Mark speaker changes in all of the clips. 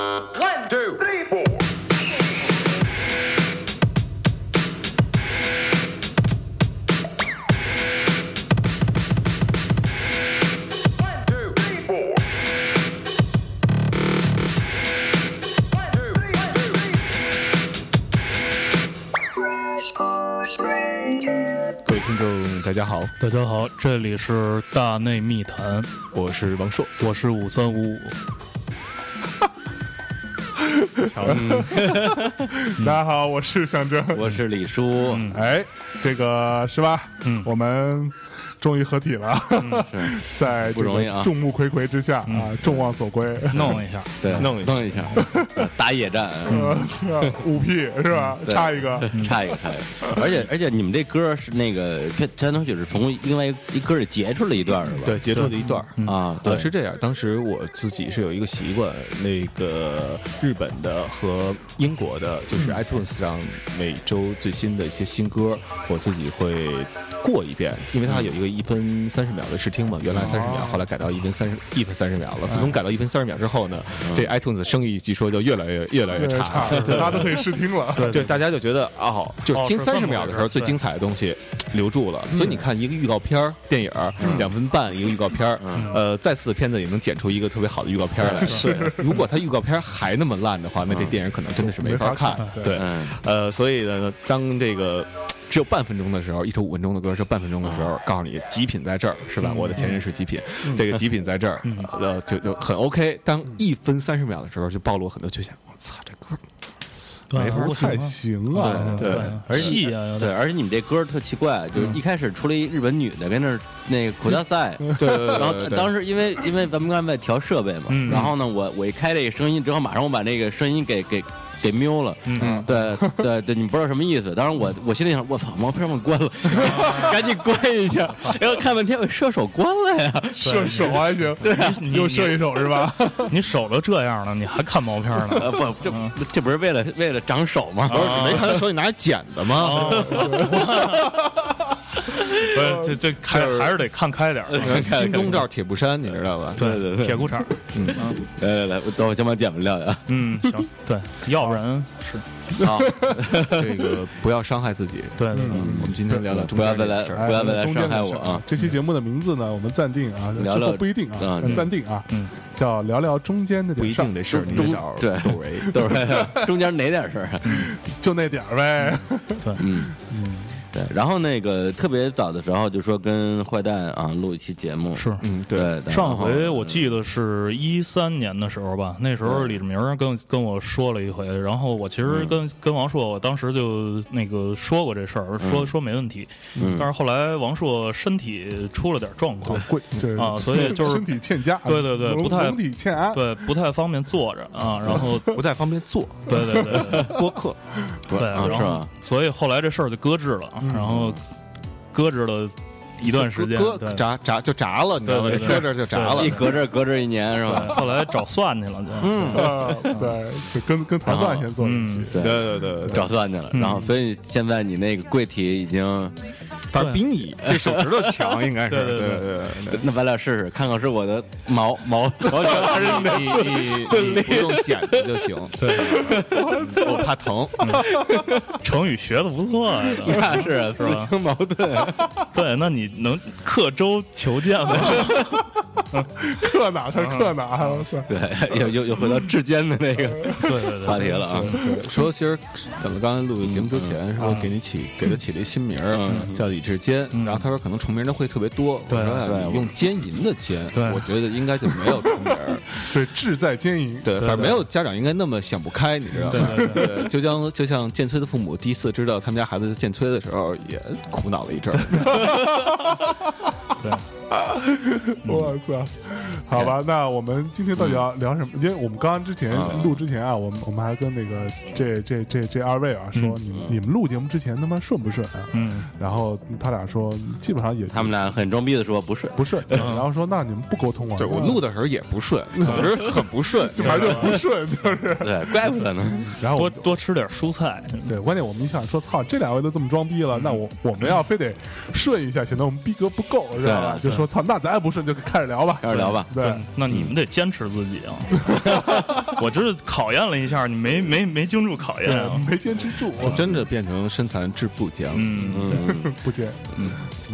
Speaker 1: One, two, three, four.
Speaker 2: 各位听众，大家好，
Speaker 3: 大家好，这里是大内密谈，
Speaker 2: 我是王硕。
Speaker 3: 我是五三五五。
Speaker 4: 大家好，我是象征。
Speaker 5: 嗯 我是李叔，
Speaker 4: 哎，这个是吧？
Speaker 3: 嗯
Speaker 4: 我们终于合体了，
Speaker 5: 嗯
Speaker 4: 在
Speaker 5: 不
Speaker 4: 这
Speaker 5: 容易啊
Speaker 4: 个众目睽睽之下啊，众望所归。
Speaker 3: 弄一下，
Speaker 5: 对，
Speaker 2: 弄一下
Speaker 5: 弄一下， 嗯打野战，
Speaker 4: 呃， 五 P 是吧？
Speaker 5: 嗯对
Speaker 4: 差一个，
Speaker 5: 差一个，差一个。而且而且，你们这歌是那个这山东曲是从另外一歌里截出了一段是吧？
Speaker 2: 对，结束的一段儿
Speaker 5: 啊，
Speaker 2: 呃，
Speaker 5: 对，
Speaker 2: 是这样，当时我自己是有一个习惯，那个日本的和英国的，就是 iTunes 上每周最新的一些新歌，我自己会过一遍，因为它有一个一分三十秒的试听嘛，原来三十秒，后来改到一分三十一分三十秒了。自从改到一分三十秒之后呢，这 iTunes 生意据说就越来越越来嗯越
Speaker 4: 对
Speaker 2: 差
Speaker 4: 差，，大家都可以试听了。
Speaker 2: 对，大家就觉得哦，就是听
Speaker 4: 是
Speaker 2: 三
Speaker 4: 这
Speaker 2: 十
Speaker 4: 么
Speaker 2: 秒
Speaker 4: 回
Speaker 2: 的
Speaker 4: 事
Speaker 2: 时候
Speaker 4: 儿
Speaker 2: 最
Speaker 4: 对嗯
Speaker 2: 精彩的东西留住了，所以你看一个预告片儿、电影儿两分半一个预告片儿，
Speaker 4: 嗯
Speaker 2: 呃，再次的片子也能剪出一个特别好的预告片儿 来。是，如果它预告片儿还那么烂的话，那这电影可能真的是没法
Speaker 4: 嗯没法
Speaker 2: 看
Speaker 4: 看。对
Speaker 2: 对
Speaker 5: 嗯，
Speaker 2: 呃，所以呢，当这个。只有半分钟的时候，一首五分钟的歌是半分钟的时
Speaker 4: 嗯
Speaker 2: 候，告诉你极品在这儿，是吧？我的前任是极品，这个极品在这儿，
Speaker 4: 嗯
Speaker 2: 呃，就就很 OK。当一分三十秒的时候，就暴露很多缺陷。我操，这歌
Speaker 3: 对
Speaker 4: 没法太行了，
Speaker 2: 对
Speaker 5: 而且
Speaker 3: 戏啊，有
Speaker 5: 呃对，
Speaker 3: 点
Speaker 5: 而且你们这歌特奇怪，就是一开始出来一日本女的跟那儿那个口罩赛，
Speaker 2: 对对对对
Speaker 5: 然后
Speaker 2: 对
Speaker 5: 当时因为因为咱们刚才在调设备嘛，然后呢，我我一开这个声音之后，马上我把那个声音给给给瞄了，嗯，对对对，你们不知道什么意思。当时我我心里想，我操，毛片忘关了， 赶紧关一下。然后看半天，我哎射手关了呀，
Speaker 4: 射手还行，
Speaker 3: 你
Speaker 4: 又射一手是吧？
Speaker 3: 你 手都这样了，你还看毛片呢？
Speaker 5: 呃，不，这这不是为了为了长手
Speaker 3: 啊
Speaker 5: 吗？
Speaker 2: 不是你没看他手里拿一剪子吗？
Speaker 3: 不是，这这还还是得看开 点儿。
Speaker 2: 金钟罩铁布衫，你知道吧？
Speaker 3: 啊对对对，铁裤衩儿，
Speaker 5: 来来来，我等我先把剪子撂 下。
Speaker 3: 嗯，行，对，要不然是
Speaker 5: 啊，
Speaker 2: 这个不要伤害自己。
Speaker 3: 对对对，
Speaker 2: 我们今天聊聊中
Speaker 5: 不要
Speaker 2: 间
Speaker 5: 再
Speaker 2: 这
Speaker 5: 来，
Speaker 2: 个事儿，
Speaker 5: 不要再来
Speaker 4: 中
Speaker 5: 伤
Speaker 4: 间
Speaker 5: 害
Speaker 4: 的
Speaker 5: 我
Speaker 4: 事儿
Speaker 5: 啊！！
Speaker 4: 这期节目的名字呢，我们暂定啊，
Speaker 5: 聊
Speaker 4: 之
Speaker 5: 聊
Speaker 4: 后不一定啊
Speaker 5: 啊，对
Speaker 4: 暂定啊，
Speaker 3: 嗯
Speaker 4: 叫聊聊中间的
Speaker 2: 不
Speaker 4: 点
Speaker 2: 一
Speaker 4: 事儿
Speaker 2: 定，得事儿，你
Speaker 5: 中
Speaker 2: 得找
Speaker 5: 对
Speaker 2: 窦唯。
Speaker 5: 都是中间哪点事儿啊？
Speaker 4: 就那点儿呗。
Speaker 5: 嗯对。然后那个特别早的时候，就说跟坏蛋啊录一期节目，
Speaker 3: 是。
Speaker 2: 嗯，
Speaker 5: 对
Speaker 2: 对，。
Speaker 5: 对
Speaker 3: 上回我记得是一三年的时候吧，那时候李志明儿跟跟我说了一回，然后我其实跟、跟王硕，我当时就那个说过这事儿，说、说没问题，但是后来王硕身体出了点状况，
Speaker 4: 贵，这
Speaker 3: 啊所以就是
Speaker 4: 身体欠佳，
Speaker 3: 对对对
Speaker 4: 龙
Speaker 3: 不太
Speaker 4: 龙体欠安，
Speaker 3: 对，不太方便坐着啊，然后
Speaker 2: 不太方便做，
Speaker 3: 对对对对播客，对，
Speaker 5: 啊
Speaker 3: 然
Speaker 5: 是
Speaker 3: 后
Speaker 5: 吧
Speaker 3: 所以后来这事儿就搁置了，然后搁置了一段时间，
Speaker 2: 搁
Speaker 3: 对
Speaker 2: 炸炸就炸了，你知道吗？
Speaker 3: 对
Speaker 2: 搁
Speaker 3: 对对
Speaker 2: 这儿就炸了
Speaker 5: 一。隔着隔着一年是
Speaker 3: 对，
Speaker 5: 吧？
Speaker 3: 后来找算计了，就
Speaker 4: 呃，对，就跟跟唐蒜先做一期
Speaker 3: 嗯，
Speaker 5: 对
Speaker 2: 对对对，对
Speaker 5: 找算计了，然后所以现在你那个柜体已经，
Speaker 2: 反正比你这手指头强，应该是。
Speaker 3: 对对对
Speaker 2: 对对对。
Speaker 5: 那咱俩试试，看看是我的毛毛毛球还是你的
Speaker 2: 你 你你不用剪子就行，
Speaker 3: 对，
Speaker 2: 我怕疼。
Speaker 3: 成语学的不错啊呀、都
Speaker 5: 那 是啊自相矛盾。
Speaker 3: 对，那你能刻舟求剑吗？
Speaker 4: 克哪是克
Speaker 3: 嗯
Speaker 4: 哪，我操，
Speaker 5: 对， 又又又回到至坚的那个
Speaker 3: 对对对，
Speaker 5: 话题了啊！
Speaker 2: 说其实咱们刚才录节目之前，说给你起给他起了一新名
Speaker 3: 嗯
Speaker 2: 儿，叫李志坚。然后他说可能重名的会特别多，我
Speaker 3: 对
Speaker 2: 说哎
Speaker 5: 对
Speaker 2: 你用奸淫的奸，
Speaker 3: 对
Speaker 2: 我觉得应该就没有重名 儿。
Speaker 4: 对，志在奸淫，
Speaker 2: 对，反正没有家长应该那么想不开，你知道吗？
Speaker 3: 对
Speaker 2: 对， 就像就像建崔的父母第一次知道他们家孩子是建崔的时候，也苦恼了一阵儿。
Speaker 3: 对，
Speaker 4: 我操，
Speaker 2: 嗯
Speaker 4: 好吧，那我们今天到底要聊什么？因为我们刚刚之前
Speaker 2: 嗯
Speaker 4: 录之前啊，我们我们还跟那个这这这这二位
Speaker 2: 嗯
Speaker 4: 啊说，你们你们录节目之前他妈顺不顺啊？
Speaker 3: 嗯，
Speaker 4: 然后他俩说，基本上也
Speaker 5: 他们俩很装逼的说不是，
Speaker 4: 不顺，然后说那你们不沟通啊？
Speaker 2: 嗯对我录的时候也不顺，总之很不 顺。
Speaker 4: 那反正就不顺，就是，
Speaker 5: 对，怪不得呢。
Speaker 4: 然后
Speaker 3: 多
Speaker 4: 我们
Speaker 3: 多吃点蔬菜，
Speaker 4: 对，关键我们一想说，操，这两位都这么装逼了，那我我们要非得顺一下，显得我们逼格不够，知道吧？就说操，那咱也不顺，就开始聊吧，
Speaker 5: 开始聊吧
Speaker 4: 对，
Speaker 3: 那你们得坚持自己啊！ 我这是考验了一下，你没没没经住考验啊！
Speaker 4: 没坚持住，
Speaker 2: 我真的变成身残志不坚了。
Speaker 3: 嗯，
Speaker 5: 嗯，嗯
Speaker 4: 不坚，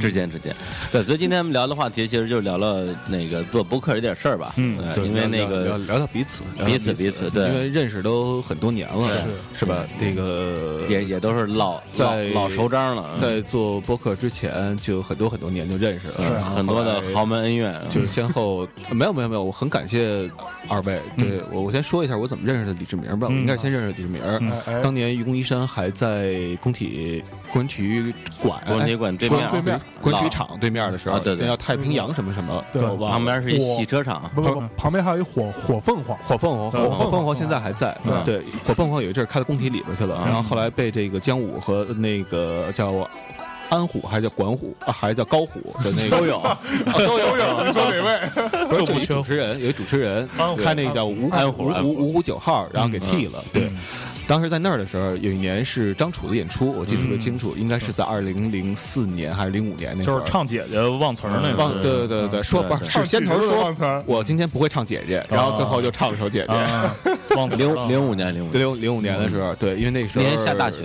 Speaker 5: 之间之间，对，所以今天我们聊的话题其实就是聊了那个做播客这点事儿吧，
Speaker 3: 嗯
Speaker 5: 呃
Speaker 2: 就
Speaker 5: 因为
Speaker 2: 聊
Speaker 5: 那个
Speaker 2: 聊聊到彼此，聊到
Speaker 5: 彼此彼此对
Speaker 2: 因为认识都很多年了，是吧？那个
Speaker 5: 也也都是老老
Speaker 2: 在
Speaker 5: 老熟章了，
Speaker 2: 在做播客之前，就很多很多年就认识
Speaker 5: 嗯
Speaker 2: 了，
Speaker 5: 很多的豪门恩怨，
Speaker 2: 啊
Speaker 5: 嗯
Speaker 2: 就是先后没有没有没有，我很感谢二位。
Speaker 5: 嗯
Speaker 2: 对我我先说一下我怎么认识的李志明吧，我应该是先认识李志
Speaker 5: 嗯
Speaker 2: 明。
Speaker 4: 哎
Speaker 2: 当年愚公移山还在工体工体育馆，哎
Speaker 5: 国体馆对
Speaker 4: 光
Speaker 5: 面啊
Speaker 4: 对面
Speaker 2: 工体
Speaker 5: 老
Speaker 2: 育场对面的时候，
Speaker 5: 啊对对
Speaker 2: 那叫太平洋什么什么，
Speaker 4: 对
Speaker 2: 我忘了
Speaker 5: 旁边是一洗车场，
Speaker 4: 不不不，旁边还有一火火凤凰，
Speaker 2: 火凤凰，
Speaker 4: 对
Speaker 2: 火
Speaker 4: 火凤凰
Speaker 2: 火凤凰现在还在。
Speaker 4: 嗯
Speaker 2: 对，火凤凰有一阵儿开到工体里边去了，然后后来被这个江武和那个叫安虎，还是叫管虎，啊还是叫高虎的那个
Speaker 5: 都有
Speaker 4: 都有，你说哪位？
Speaker 2: 不是，
Speaker 3: 就
Speaker 2: 就
Speaker 3: 不
Speaker 2: 有一
Speaker 3: 缺
Speaker 2: 主持人，有一主持人
Speaker 3: 安虎
Speaker 2: 开那个叫五
Speaker 5: 安虎
Speaker 2: 五
Speaker 5: 安虎
Speaker 2: 五五五九号，然后给替了。对，当时在那儿的时候，有一年是张楚的演出，我记得特别清楚，应该是在二零零四年还是零五年那会
Speaker 3: 就
Speaker 2: 儿
Speaker 3: 是。唱姐姐忘词儿那
Speaker 2: 忘
Speaker 3: 次，
Speaker 2: 对对对对，说不是是先头
Speaker 4: 忘词
Speaker 2: 说
Speaker 4: 儿，
Speaker 2: 我今天不会唱姐姐，然后最后就唱了首姐姐。
Speaker 3: 啊，忘词
Speaker 5: 零
Speaker 3: 儿了。
Speaker 5: 零五年零五年，
Speaker 2: 零零五年的时候，对，因为那时
Speaker 5: 那
Speaker 2: 候
Speaker 5: 天下大雪，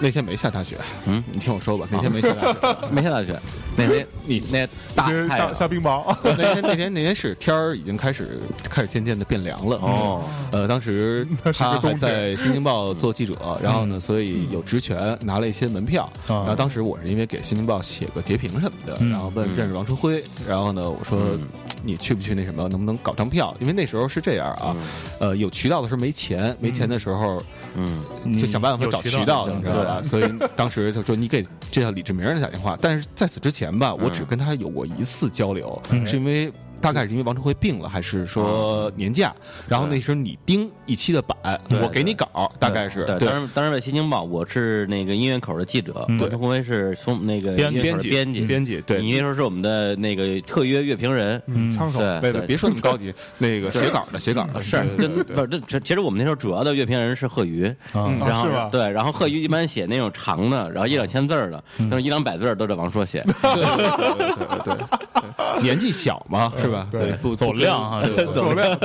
Speaker 2: 那天没下大雪。
Speaker 5: 嗯，
Speaker 2: 你听我说吧，那天没下大雪。
Speaker 5: 没下大雪，那天
Speaker 2: 你
Speaker 5: 那大
Speaker 4: 因为
Speaker 5: 太
Speaker 4: 下
Speaker 5: 阳
Speaker 4: 下冰雹，
Speaker 2: 那天那天那天是天儿已经开始开始渐渐的变凉了
Speaker 5: 哦，
Speaker 2: 呃，当时
Speaker 4: 那是个
Speaker 2: 他
Speaker 4: 冬
Speaker 2: 还
Speaker 4: 天
Speaker 2: 在《新京报》做记者，然后呢，所以有职权拿了一些门票。
Speaker 3: 嗯
Speaker 2: 然后当时我是因为给《新京报》写个叠评什么的，
Speaker 3: 嗯
Speaker 2: 然后问认识王春辉，然后呢，我说你去不去那什么，能不能搞张票？因为那时候是这样啊，呃，有渠道的时候没钱，没钱的时候
Speaker 5: 嗯，
Speaker 2: 就想办法找渠道，
Speaker 3: 有
Speaker 2: 你
Speaker 3: 渠道
Speaker 2: 知道吧？所以当时就说你给这叫李志明打电话，但是在此之前吧，我只跟他有过一次交流，是因为。大概是因为王春辉病了，还是说年假？然后那时候你盯一期的版，我给你稿，大概是
Speaker 5: 对，当时当时在新京报，我是那个音乐口的记者，
Speaker 3: 嗯
Speaker 5: 我是红威是从那个
Speaker 3: 编
Speaker 5: 音乐
Speaker 2: 编
Speaker 5: 口的
Speaker 2: 辑
Speaker 5: 编辑，
Speaker 2: 编辑对
Speaker 5: 你那时候是我们的那个特约乐评人，
Speaker 4: 枪手
Speaker 2: 对
Speaker 5: 对
Speaker 2: 对，别说那么高级，那个写稿的写稿的
Speaker 5: 是，
Speaker 2: 啊对
Speaker 5: 就
Speaker 2: 对对
Speaker 5: 不是这这其实我们那时候主要的乐评人是贺宇，
Speaker 3: 嗯
Speaker 5: 然后
Speaker 4: 啊是
Speaker 2: 啊
Speaker 4: 吧
Speaker 5: 对，然后贺宇一般写那种长的，然后一两千字儿的，
Speaker 2: 嗯
Speaker 5: 那种一两百字儿都得王 硕写，
Speaker 2: 对对对对，年纪小嘛，是吧？
Speaker 4: 对
Speaker 2: 不
Speaker 3: 走量啊
Speaker 2: 对
Speaker 3: 走
Speaker 4: 走量，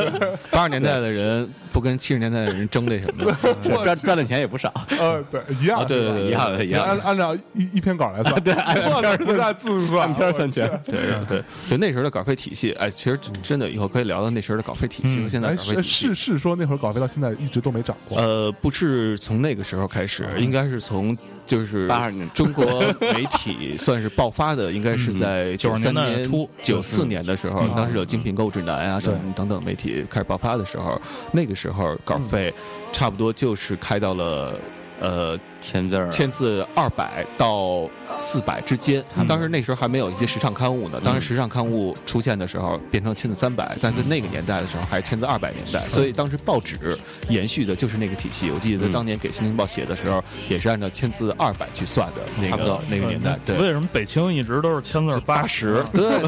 Speaker 2: 八十年代的人不跟七十年代的人争这什么，
Speaker 5: 是赚赚的钱也不少，
Speaker 4: 呃，对，一样
Speaker 2: 啊对对对
Speaker 5: 一样的一
Speaker 4: 就
Speaker 5: 样
Speaker 4: 按
Speaker 5: 的。
Speaker 4: 按照一一篇稿来算，对，按篇不是按字数算，
Speaker 5: 片儿算钱，
Speaker 2: 对对，就那时候的稿费体系，哎，其实真真的以后可以聊聊那时候的稿费体系和现在
Speaker 4: 哎，
Speaker 2: 的稿费体
Speaker 4: 是
Speaker 2: 系。
Speaker 4: 是是说那会儿稿费到现在一直都没涨过，
Speaker 2: 呃，不是从那个时候开始，应该是从就是
Speaker 5: 82年
Speaker 2: 中国媒体算是爆发的，应该
Speaker 4: 嗯
Speaker 2: 是在
Speaker 3: 90
Speaker 2: 三
Speaker 3: 年代
Speaker 2: 年
Speaker 3: 初
Speaker 2: 九四年的时候，当时有《精品购物指南》啊
Speaker 4: 嗯对嗯
Speaker 2: 等等等媒体开始爆发的时候，那个时候稿费差不多就是开到了呃
Speaker 5: 千字儿，啊
Speaker 2: 签字二百到四百之间。当时那时候还没有一些时尚刊物呢，当时时尚刊物出现的时候变成签字三百，但是那个年代的时候还是签字二百年代，所以当时报纸延续的就是那个体系。我记得当年给《新京报》写的时候，也是按照签字二百去算的，那
Speaker 5: 差不
Speaker 2: 个
Speaker 5: 多
Speaker 2: 那个年代，对。
Speaker 3: 为什么北清一直都是千字八十？
Speaker 2: 对，对对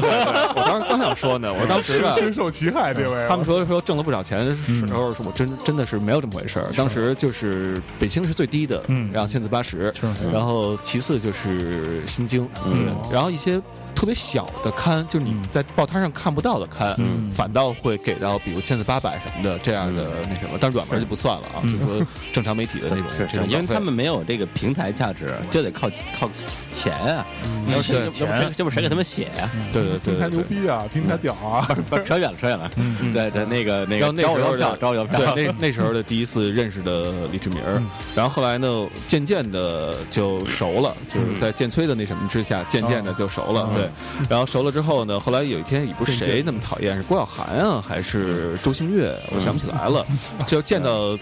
Speaker 2: 我当时刚想说呢，我当时啊，
Speaker 4: 深受其害，这位
Speaker 2: 他们说说挣了不少钱的时候，是我真真的是没有这么回事儿。当时就是北京是最低的，
Speaker 3: 嗯
Speaker 2: 然后千字八十，然后其次就是新京，嗯，然后一些特别小的刊，就是你在报摊上看不到的刊，
Speaker 3: 嗯
Speaker 2: 反倒会给到比如千字八百什么的这样的那什么，但软文就不算了啊，就说正常媒体的那种
Speaker 5: 是
Speaker 2: 这
Speaker 5: 是，
Speaker 2: 种
Speaker 5: 因为
Speaker 2: 稿费
Speaker 5: 他们没有这个平台价值，就得靠靠钱啊！要不谁
Speaker 2: 嗯对
Speaker 5: 要不谁要不谁给他们写呀？
Speaker 2: 对对对
Speaker 4: 平台
Speaker 2: 对
Speaker 4: 牛
Speaker 2: 对。
Speaker 4: 逼啊，平台屌啊，
Speaker 2: 嗯
Speaker 5: 不扯远了，扯远了。对对，那个那
Speaker 2: 然后嗯
Speaker 5: 个
Speaker 2: 那
Speaker 5: 找我
Speaker 2: 时
Speaker 5: 要
Speaker 2: 候
Speaker 5: 票，
Speaker 2: 的
Speaker 5: 找我要票。
Speaker 2: 对，那那时候的第一次认识的李志明儿，然后后来呢，渐渐的就熟了，就是在建崔的那什么之下，渐渐的就熟了，对。然后熟了之后呢，后来有一天也不是谁那么讨厌，是郭晓涵啊，还是周星月，我想不起来了，就见到。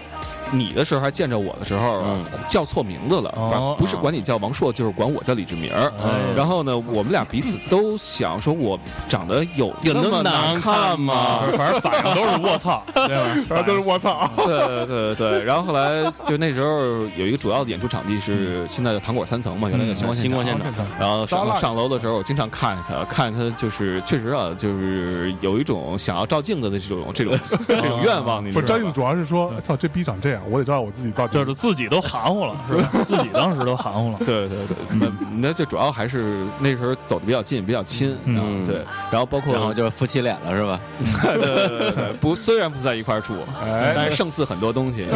Speaker 2: 你的时候还见着我的时候
Speaker 5: 嗯
Speaker 2: 叫错名字了，
Speaker 3: 哦
Speaker 2: 管不是管你叫王硕，就是管我叫李志明儿。然后呢，我们俩彼此都想说，我长得有
Speaker 5: 有
Speaker 2: 那
Speaker 5: 那
Speaker 2: 么
Speaker 5: 么
Speaker 2: 难
Speaker 5: 难看
Speaker 2: 看
Speaker 5: 吗
Speaker 2: 吗？
Speaker 3: 啊反正反应都是我操， 对吧？
Speaker 4: 然后都是我操，
Speaker 2: 对对对对，然后后来就那时候有一个主要的演出场地是现在的糖果三层嘛，原来叫星光
Speaker 5: 嗯星光现场，
Speaker 2: 然后上
Speaker 4: Starlight
Speaker 2: 上楼的时候，我经常看着他，看着他就是确实啊， 就是有一种想要照镜子的这种这种这种愿望，你知
Speaker 4: 不，
Speaker 2: 道
Speaker 4: 张
Speaker 2: 吗
Speaker 4: 硬？主要是说，哎操，这逼长这样，样，我得知道我自己到底
Speaker 3: 就是自己都含糊了，是 吧？自己当时都含糊了。
Speaker 2: 对对对，那嗯那就主要还是那时候走的比较近，比较亲，然后对，然后包括
Speaker 5: 嗯然后就是夫妻脸了，是吧？
Speaker 2: 对对对对对，不虽然不在一块儿住，
Speaker 4: 哎
Speaker 2: 但是胜似很多东 西。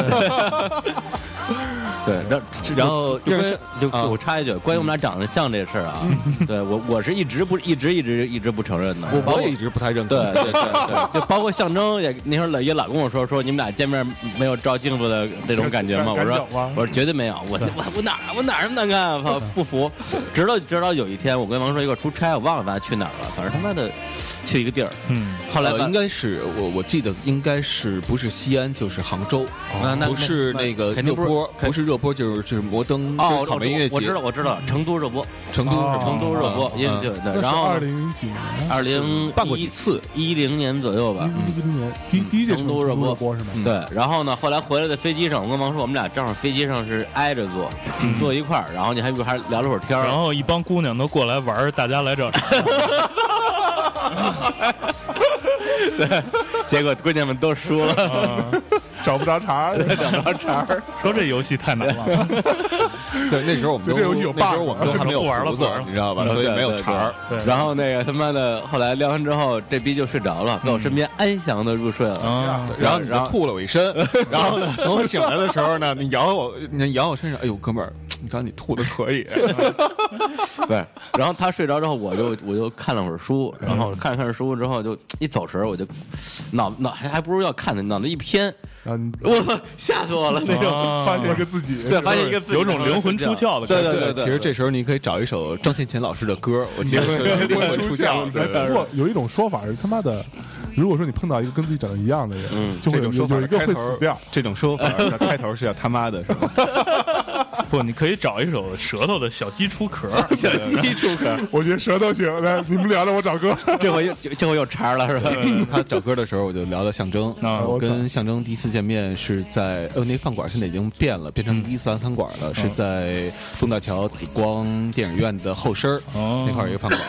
Speaker 5: 对，然后
Speaker 2: 然后
Speaker 5: 就
Speaker 2: 认
Speaker 5: 关
Speaker 2: 识
Speaker 5: 就
Speaker 2: 啊嗯
Speaker 5: 我插一句，关于我们俩长得像这事儿啊， 对我我是一直不一直一直一直不承认的。包括
Speaker 2: 我也一直不太认
Speaker 5: 对
Speaker 2: 可。
Speaker 5: 对对对，就包括象征也那时候也老跟我说说你们俩见面没有照镜子的那种感觉吗？我
Speaker 4: 敢敢
Speaker 5: 说
Speaker 4: 讲吗
Speaker 5: 我说绝对没有，我我我哪儿我哪儿那么难看，我 不服。直到直到有一天我跟王硕一块儿出差，我忘了咱去哪儿了，反正他妈的去一个地儿，
Speaker 3: 嗯，
Speaker 5: 后来
Speaker 2: 呃
Speaker 5: 吧
Speaker 2: 应该是我我记得应该是不是西安就是杭州，
Speaker 5: 哦那那
Speaker 2: 不是那个
Speaker 5: 肯
Speaker 2: 热
Speaker 5: 定不是
Speaker 2: 波，
Speaker 5: 肯
Speaker 2: 不是热波就是就是摩登，就
Speaker 5: 哦
Speaker 2: 是，草莓音乐
Speaker 5: 我知
Speaker 2: 节
Speaker 5: 道，我知道成都热播，
Speaker 2: 成都
Speaker 4: 哦
Speaker 2: 是吧
Speaker 5: 成都热播
Speaker 2: 嗯
Speaker 5: 音乐
Speaker 2: 嗯
Speaker 5: 节，对，
Speaker 4: 那是
Speaker 5: 然后
Speaker 4: 二零零几年，
Speaker 5: 二零
Speaker 2: 办过几次，嗯
Speaker 5: 一零年左右吧。
Speaker 4: 一零年第第一届成都热播是吗？
Speaker 3: 嗯
Speaker 5: 对，然后呢？后来回来的飞机上，我跟王叔，我们俩正好飞机上是挨着坐，
Speaker 3: 嗯
Speaker 5: 坐一块儿，然后你还还聊了会儿天儿。
Speaker 3: 然后一帮姑娘都过来玩儿，大家来找茬儿
Speaker 5: 结果姑娘们都输了，
Speaker 3: 啊，
Speaker 4: 找不着茬儿，
Speaker 5: 找着茬儿。
Speaker 3: 说这游戏太难 了。
Speaker 2: 对，那时候我们
Speaker 4: 就
Speaker 2: 都
Speaker 4: 这游戏有
Speaker 2: 那时
Speaker 4: bug
Speaker 2: 候我们都还没有
Speaker 3: 不玩了
Speaker 2: 胡子
Speaker 3: 不玩了，
Speaker 2: 你知
Speaker 5: 嗯
Speaker 2: 道吧？所以没有茬儿。
Speaker 3: 哦对
Speaker 5: 然后那个他妈的，后来聊完之后，这逼就睡着了，在我身边安详的入睡了。
Speaker 3: 啊，
Speaker 2: 然后你
Speaker 5: 然
Speaker 2: 就
Speaker 5: 后
Speaker 2: 吐了我一 身，然后呢，等我醒来的时候呢，你摇我，你摇我身上，哎呦，哥们儿，你刚才你吐的可以，
Speaker 5: 对，然后他睡着之后，我就我就看了会儿书，然后看了看书之后就一走神儿，我就脑脑还还不如要看呢，脑子一偏，
Speaker 3: 嗯
Speaker 4: 然后你
Speaker 5: 我吓死我了那种。
Speaker 3: 啊
Speaker 4: 嗯发现一个自己，
Speaker 5: 对，发现一个
Speaker 3: 有种灵魂出窍的感
Speaker 5: 对
Speaker 3: 觉
Speaker 5: 对 对对，
Speaker 2: 其实这时候你可以找一首张天琴老师的歌，我记得是《灵魂出窍》对。对
Speaker 4: 不过有一种说法是他妈的，如果说你碰到一个跟自己长得一样的人，就会
Speaker 2: 这
Speaker 4: 有
Speaker 2: 种说法
Speaker 4: 有
Speaker 2: 的
Speaker 4: 一个
Speaker 2: 开
Speaker 4: 会死
Speaker 2: 头
Speaker 4: 掉。，
Speaker 2: 这种 说法的开头是要他妈的，是吧？
Speaker 3: 不，你可以找一首舌头的小鸡出壳儿，
Speaker 5: 一出壳，
Speaker 4: 我觉得舌头行，来你们聊聊我找哥。
Speaker 5: 这回又这这回又茬儿了是吧？
Speaker 2: 他找歌的时候，我就聊到象征。
Speaker 3: 啊
Speaker 2: 我跟象征第一次见面是在呃，那饭馆现在已经变了，变
Speaker 4: 嗯
Speaker 2: 成伊斯兰餐馆了，是在东大桥紫光电影院的后身儿
Speaker 3: 哦
Speaker 2: 那块儿一个饭馆。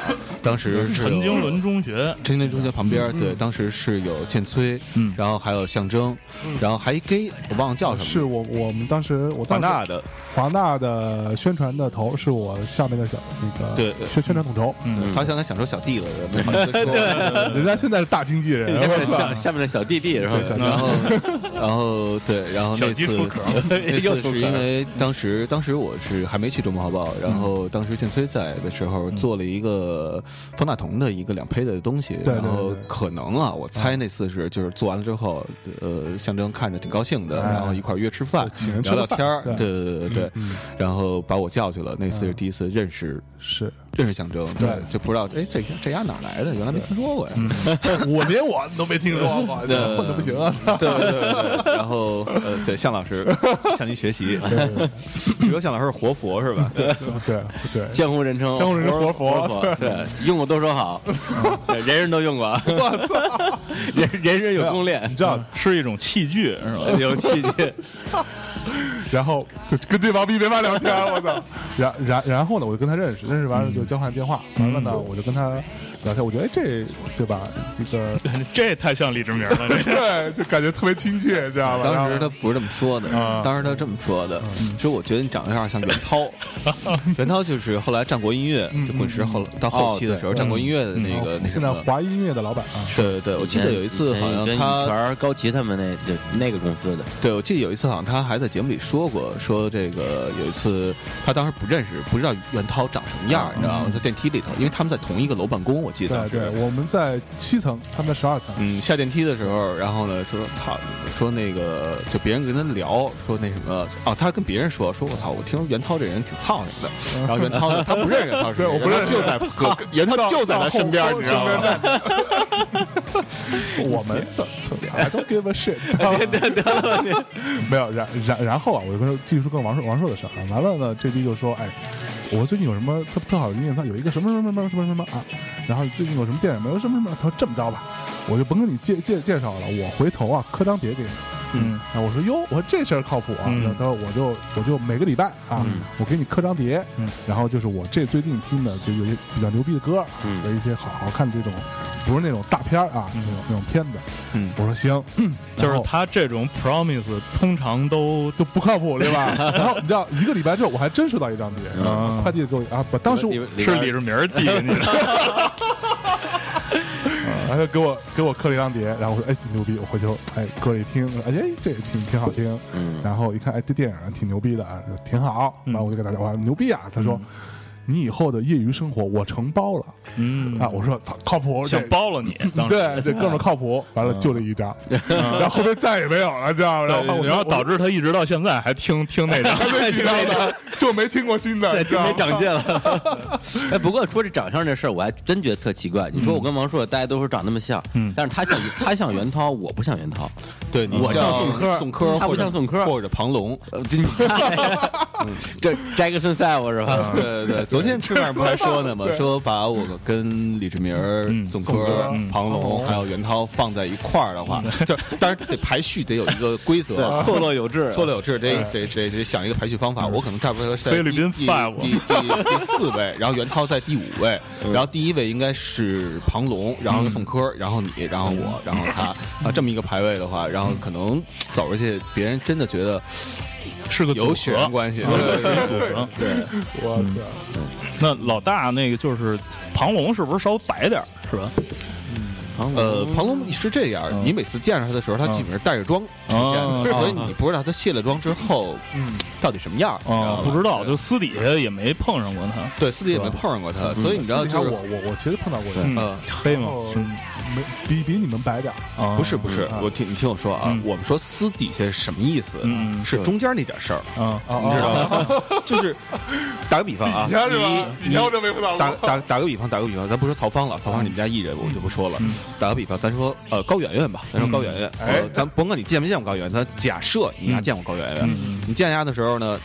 Speaker 2: 当时是有
Speaker 3: 陈经纶中学，
Speaker 2: 陈经纶中学旁边，
Speaker 4: 嗯
Speaker 2: 对，当时是有剑崔，
Speaker 3: 嗯
Speaker 2: 然后还有象征，然后还一 gay，我忘了叫哦什
Speaker 4: 嗯是
Speaker 2: 么了，
Speaker 4: 我我们当时我
Speaker 2: 华
Speaker 4: 当时
Speaker 2: 纳的，
Speaker 4: 华纳的宣传的头是我下面的小那个
Speaker 2: 对对
Speaker 4: 宣宣传统筹，
Speaker 3: 嗯，
Speaker 2: 他想他享受小弟了，没 好意思说。
Speaker 4: 人家现在是大经纪人，啊
Speaker 5: 下面
Speaker 4: 哎我
Speaker 5: 的
Speaker 4: 操
Speaker 5: 小下面的小弟弟是吧？
Speaker 4: 对小弟
Speaker 2: 然后，然后对，然后
Speaker 3: 小
Speaker 2: 那
Speaker 3: 鸡
Speaker 2: 次
Speaker 3: 出壳
Speaker 2: 那
Speaker 5: 又
Speaker 2: 次
Speaker 5: 出
Speaker 2: 是
Speaker 5: 壳
Speaker 2: 因为当时当时我是还没去中国好不好？然
Speaker 4: 嗯
Speaker 2: 后当时建崔在的时候做了一个方大同的一个两胚的东西，
Speaker 4: 对对
Speaker 2: 然后
Speaker 4: 对嗯
Speaker 2: 可能啊，我猜那次是就是做完了之后，呃，象征看着挺高兴的，
Speaker 4: 哎
Speaker 2: 然后一块儿约吃饭
Speaker 4: 请人，吃
Speaker 2: 聊
Speaker 4: 个
Speaker 2: 聊
Speaker 4: 饭
Speaker 2: 天儿，
Speaker 4: 对嗯
Speaker 2: 对对对对，然后把我叫去了，那次是第一次认识
Speaker 4: 是
Speaker 2: 认识象征，对
Speaker 4: 对，嗯
Speaker 2: 就不知道哎这这丫哪来的，原来没听说过呀。
Speaker 4: 我连我都没听说 过，
Speaker 2: 对
Speaker 4: 混的不行啊！
Speaker 2: 对对对对，然后呃，对向老 师向您学习， 你说向老师是活佛是吧？对，
Speaker 4: 对对，
Speaker 5: 江湖人称
Speaker 4: 江湖人称
Speaker 5: 活
Speaker 4: 活佛
Speaker 5: 佛， 对，用过都说好，对人人都用过，
Speaker 4: 我操！
Speaker 5: 人人人有功练
Speaker 4: 你，知道，
Speaker 3: 是一种器具，是吧？
Speaker 5: 有器 具，
Speaker 4: 然后就跟这帮逼没法聊天，我操！ 然然然后呢，我就跟他认识，认识完了就交换电话，完了呢，我就跟他聊天，我觉得哎这对吧？这 个
Speaker 3: 这也太像李志明了， 这
Speaker 4: 对，就感觉特别亲切，知道吧？
Speaker 2: 当时
Speaker 4: 然后
Speaker 2: 他不是这么说的，
Speaker 4: 啊
Speaker 2: 当时他这么说的，
Speaker 4: 嗯
Speaker 2: 其实我觉得你长得有点像袁 涛，袁涛就是后来战国音乐
Speaker 4: 嗯
Speaker 2: 就滚石后到后期的
Speaker 4: 哦
Speaker 2: 时候，战国音乐的那个那
Speaker 4: 啊现
Speaker 2: 什
Speaker 4: 在
Speaker 2: 么。
Speaker 4: 华音乐的老板啊，
Speaker 2: 对对对，我记得有一次好像
Speaker 5: 跟
Speaker 2: 他
Speaker 5: 跟跟跟高旗他们那就那个公司的，
Speaker 2: 对，我记得有一次好像他还在节目里说过，说这个有一次他当时不认识，不知道袁涛长什么样，你知道吗？在电梯里头，因为他们在同一个楼办公，我记得
Speaker 4: 对
Speaker 2: 当时
Speaker 4: 嗯对，我们在七层，他们在十二层，
Speaker 2: 嗯，下电梯的时候，然后呢，说操，说那个就别人跟他聊，说那什么，哦，他跟别人说，说我操，我听说袁涛这人挺操心的，然后袁涛呢他不认识袁涛是谁，
Speaker 4: 对我不认识
Speaker 2: 袁涛就在隔袁涛就在他身边，你知道吗？
Speaker 4: 吗？ 我们怎么？I don't give a shit 没有，然然然后啊，我就跟他继续说跟王硕王硕的事儿啊。完了呢，这逼就说，哎，我最近有什么特特好的音乐，他有一个什么什么什么什么什么啊，然后最近有什么电影没有什么什么，他说这么着吧，我就甭跟你介介介绍了，我回头啊刻张碟给你。
Speaker 3: 嗯
Speaker 4: 啊，我说哟，我说这事儿靠谱啊。
Speaker 3: 嗯
Speaker 4: 然后他说我就我就每个礼拜啊，我给你刻张碟
Speaker 3: 嗯，
Speaker 4: 然后就是我这最近听的就有些比较牛逼的歌
Speaker 5: 嗯
Speaker 4: 和一些好好看的这种，不是那种大片儿啊，那种那种片子。
Speaker 1: 嗯
Speaker 4: 我说行，
Speaker 3: 就
Speaker 4: 然
Speaker 3: 是
Speaker 4: 后
Speaker 3: 他这种 promise 通常都
Speaker 4: 就不靠谱对吧？ 然后你知道一个礼拜之后，我还真收到一张碟，
Speaker 3: 嗯
Speaker 4: 快递给我啊，不，当时我
Speaker 5: 里边
Speaker 3: 是李志明儿递给你的。
Speaker 4: 然后他给我给我刻了一张碟，然后我说哎挺牛逼，我回头哎歌一听，哎这挺挺好听，然后一看哎这电影挺牛逼的，啊，挺好，然后我就给他讲我说牛逼啊，他说。你以后的业余生活我承包了、
Speaker 3: 嗯
Speaker 4: 啊！我说操，靠谱，这
Speaker 3: 想包了你，当时
Speaker 4: 对，这哥们儿靠谱。完了，就这一张，然后后面再也没有了，知道吗？然后
Speaker 3: 对，然后导
Speaker 4: 致
Speaker 3: 致他一直到现在还听听那张，
Speaker 4: 没听到的，就没听过新的，知道
Speaker 5: 没
Speaker 4: 吗？
Speaker 5: 长进了。 哎，不过说这长相这事儿，我还真觉得特奇怪。你说我
Speaker 4: 嗯
Speaker 5: 跟王硕，大家都说长那么像，
Speaker 3: 嗯
Speaker 5: 但是他像他像袁涛，我不像袁涛。
Speaker 2: 对你
Speaker 5: 我像
Speaker 2: 像
Speaker 5: 宋柯
Speaker 2: 宋柯
Speaker 5: 他不
Speaker 2: 或者
Speaker 5: 像宋柯
Speaker 2: 或者庞龙。
Speaker 5: 呃这你看这摘个森赛我是吧？
Speaker 4: 嗯
Speaker 2: 对对对，昨天吃饭不还说呢吗？说把我跟李志明儿、宋
Speaker 4: 宋
Speaker 2: 柯
Speaker 4: 柯、
Speaker 2: 庞龙还有袁涛放在一块儿的话，就当然得排序得有一个规则，
Speaker 5: 错落有致，
Speaker 2: 错落有致，得得得得想一个排序方法。我可能差不多是在
Speaker 3: 菲律
Speaker 2: 第
Speaker 3: 宾
Speaker 2: 第
Speaker 3: five
Speaker 2: 第第第四位，然后袁涛在第五位，然后第一位应该是庞龙，然后宋柯，然后你，然后我，然后他啊，这么一个排位的话，然后可能走出去，别人真的觉得
Speaker 3: 是个
Speaker 2: 有
Speaker 3: 组
Speaker 2: 血缘
Speaker 3: 合。嗯
Speaker 2: 关系。
Speaker 3: 组合
Speaker 4: 我操！
Speaker 3: 那老大那个就是庞龙，是不是稍微白点儿是吧？
Speaker 2: 呃，庞龙是这样，你每次见着他的时候，他基本上带着妆出现
Speaker 3: 哦
Speaker 2: 的，所以你不知道他卸了妆之后，嗯，到底什么样儿，
Speaker 3: 啊，
Speaker 2: 你
Speaker 3: 不知
Speaker 2: 道吧。
Speaker 3: 道，就私底下也没碰上过他，
Speaker 2: 对，私底下也没碰上过他，所以你知道
Speaker 4: 私底
Speaker 2: 就
Speaker 4: 下
Speaker 2: 是
Speaker 4: 我，我我其实碰到过一次，
Speaker 3: 嗯
Speaker 2: 呃，
Speaker 3: 黑吗？
Speaker 4: 哦
Speaker 3: 嗯
Speaker 4: 没比比你们白点儿，
Speaker 3: 啊
Speaker 2: 不是不是，我听你听我说啊
Speaker 3: 嗯，
Speaker 2: 我们说私底下是什么意思
Speaker 3: 嗯嗯？
Speaker 2: 是中间那点事儿，
Speaker 3: 啊，
Speaker 2: 你知道吗？ 就是打个比方啊，
Speaker 4: 哦底下是吧
Speaker 2: 你
Speaker 4: 底
Speaker 2: 你
Speaker 4: 下我真没碰到过
Speaker 2: 打打打个比方，打个比方，咱不说曹芳了，曹
Speaker 4: 嗯
Speaker 2: 芳你们家艺人我就不说了。打个比方，咱说呃高圆圆吧，咱说高圆圆，
Speaker 4: 哎嗯
Speaker 2: 呃咱甭管你见没见过高圆圆，咱假设你丫见过高圆圆，你见丫的时候呢，
Speaker 4: 哦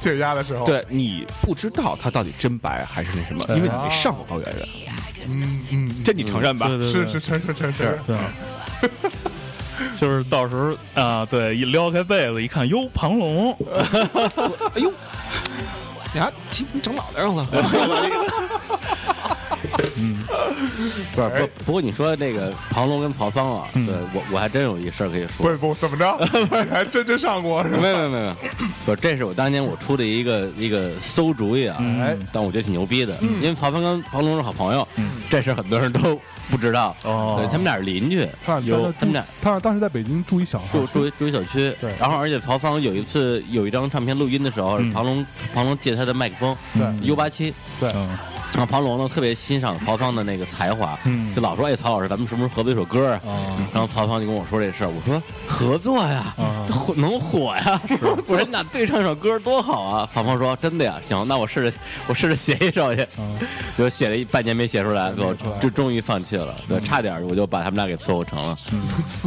Speaker 4: 解压的时候，，
Speaker 2: 对你不知道她到底真白还是那什么，因为你没上过高圆圆，
Speaker 4: 哎嗯嗯，
Speaker 2: 这你承认吧？
Speaker 3: 对对对
Speaker 4: 是是是是是是，
Speaker 3: 对啊， 就是到时候啊，对，一撩开被子一看，哟，庞龙，
Speaker 2: 哎呦，你丫哎鸡你整脑袋上了。
Speaker 5: 不是
Speaker 3: 哎
Speaker 5: 不不过你说那个庞龙跟曹芳啊，
Speaker 3: 嗯
Speaker 5: 对我我还真有一事儿可以说
Speaker 4: 不。是不怎么 着，你还真真上过是吧？
Speaker 5: 没有没有没有没 有，不是，这是我当年我出的一个一个馊主意啊，
Speaker 3: 嗯
Speaker 4: 哎嗯
Speaker 5: 但我觉得挺牛逼的，因为曹芳跟庞龙是好朋友，这事儿很多人都不知道，
Speaker 3: 嗯哦
Speaker 5: 对他们俩是邻居，
Speaker 4: 他俩
Speaker 5: 有他们俩
Speaker 4: 他俩当时在北京住一小孩
Speaker 5: 住住一住一小区
Speaker 4: 对，
Speaker 5: 然后而且曹芳有一次有一张唱片录音的时候，
Speaker 3: 嗯
Speaker 5: 庞龙庞龙借他的麦克风，
Speaker 4: 对
Speaker 5: U 八七，
Speaker 4: 对，
Speaker 5: 然后庞龙呢特别欣赏曹芳的那个才华，
Speaker 3: 嗯哦
Speaker 5: 就老说哎曹老师，咱们什么时候合作一首歌啊？然后曹芳就跟我说这事儿，我说啊合作呀，火能火呀， 我说那对唱一首歌多好啊！曹芳说真的呀，行，那我试着 我试着写一首去，就写了一半啊年没写出来，最后就终于放弃了，对，差点我就把他们俩给伺候成 了，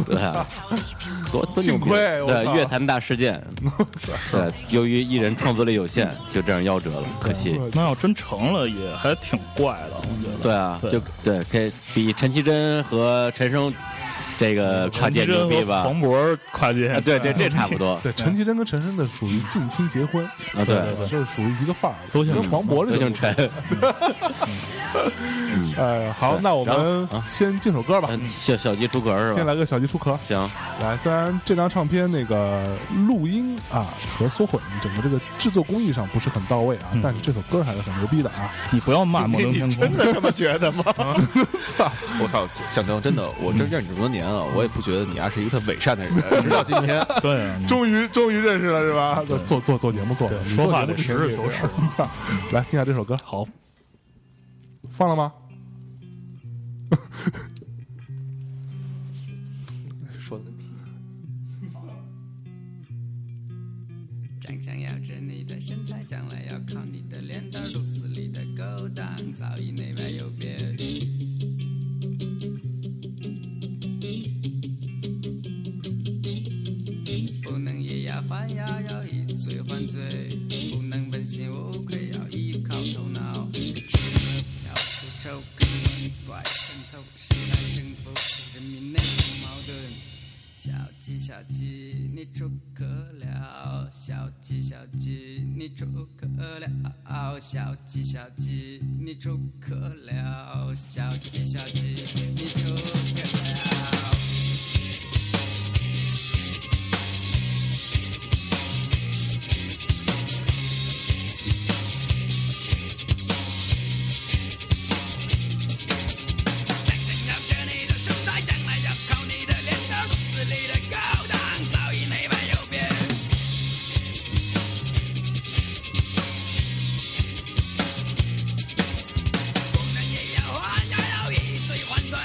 Speaker 5: 对啊，多多牛
Speaker 4: 幸
Speaker 5: 逼！啊
Speaker 4: 亏我
Speaker 5: 对
Speaker 4: 靠
Speaker 5: 乐坛大事 件，对，由于艺人创作力有限，就这样夭折了，可惜。
Speaker 3: 那要真成了也还挺怪的，我觉得。
Speaker 5: 对啊，
Speaker 3: 对
Speaker 5: 就对，可以比陈绮贞和陈升这个跨
Speaker 3: 陈
Speaker 5: 界
Speaker 3: 绮
Speaker 5: 牛
Speaker 3: 贞
Speaker 5: 逼
Speaker 3: 和
Speaker 5: 吧？
Speaker 3: 黄渤跨界
Speaker 5: 啊，，对对，这差 不多啊，
Speaker 4: 对，陈绮贞跟陈升的属于近亲结婚，
Speaker 5: 对
Speaker 4: 啊对，这是属于一个范儿，
Speaker 3: 都姓
Speaker 4: 跟黄渤
Speaker 5: 都
Speaker 4: 这
Speaker 5: 姓
Speaker 4: 种。
Speaker 5: 陈。
Speaker 4: 哎，好，那我们
Speaker 5: 然后啊
Speaker 4: 先进首歌吧，
Speaker 5: 小小鸡出壳是
Speaker 4: 先
Speaker 5: 吧？
Speaker 4: 来个小鸡出壳。
Speaker 5: 行，
Speaker 4: 来，虽然这张唱片那个录音啊和缩混整个这个制作工艺上不是很到位啊，
Speaker 5: 嗯
Speaker 4: 但是这首歌还是很牛逼的 啊。
Speaker 3: 你不要骂摩登天空，
Speaker 2: 的这么觉得吗？我操！想当真的，我真认识这么多年啊，我也不觉得你丫是一个特伪 善的人，直到今天。
Speaker 3: 对啊，
Speaker 4: 终于终于认识了是吧？做做做节目做的，你
Speaker 3: 说话
Speaker 4: 做节目
Speaker 3: 得实事求是
Speaker 4: 之前也是。 来听一下这首歌，
Speaker 3: 好，
Speaker 4: 放了吗？
Speaker 2: 说的
Speaker 6: 长相要是你的身材，将来要靠你的脸蛋儿，肚子里的勾当，早已内外有别。不能以牙还牙，要以嘴还嘴；不能问心无愧，要依靠头脑。挑出臭根，怪渗透，谁来征服人民内部矛盾？小技巧小鸡，你出壳了，小鸡小鸡，你出壳了，小鸡小鸡，你出壳了，小鸡小鸡，你出壳了。正要着你的手在将来要靠你的脸到骨子里的高档早已内外有别。不能以摇换摇摇以醉换醉，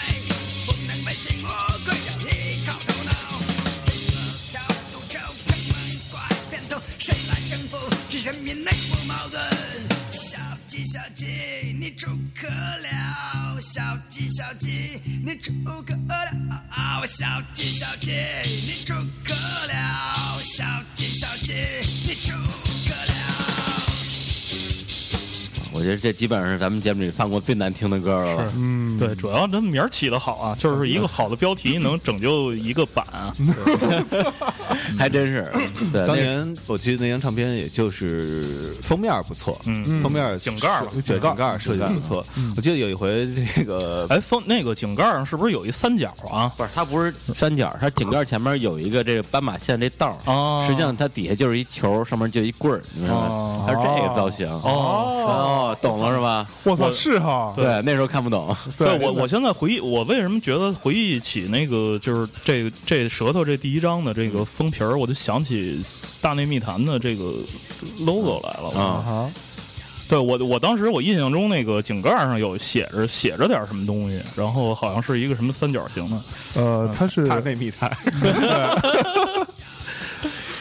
Speaker 6: 不能被醒魔鬼要依靠头脑。进了跳出球坑门怪变头，谁来征服？是人民内部矛盾。小鸡小鸡，你出壳了！小鸡小鸡，你出壳了！小鸡小鸡，你出壳了！小鸡小鸡，你出壳了！
Speaker 5: 我觉得这基本上是咱们节目里放过最难听的歌了吧。
Speaker 4: 嗯，
Speaker 3: 对，主要这名儿起的好啊，就是一个好的标题能拯救一个版啊。
Speaker 5: 还真是。对，
Speaker 2: 当
Speaker 5: 那
Speaker 2: 年我记得那张唱片，也就是封面不错，
Speaker 3: 嗯
Speaker 2: 封面
Speaker 3: 井盖儿吧
Speaker 2: 对井盖嗯儿设计不错。我记得有一回那个
Speaker 3: 哎，封那个井盖上是不是有一三角啊？
Speaker 5: 不是，它不是三角，它井盖前面有一个这个斑马线这道儿
Speaker 3: 哦
Speaker 5: 实际上它底下就是一球，上面就一棍儿，你知道吗
Speaker 3: 哦？
Speaker 5: 它是这个造型。
Speaker 3: 哦，
Speaker 5: 哦，懂了是吧？
Speaker 4: 我操，是哈，
Speaker 5: 对，那时候看不懂。
Speaker 3: 对我
Speaker 4: 真的
Speaker 3: 我现在回忆，我为什么觉得回忆起那个就是这个这舌头这第一章的这个封皮儿，我就想起大内密谈的这个 logo 来了
Speaker 5: 啊
Speaker 4: 啊哈，
Speaker 3: 对我我当时我印象中那个井盖上有写着写着点儿什么东西，然后好像是一个什么三角形的，
Speaker 4: 呃，他是
Speaker 2: 内密探，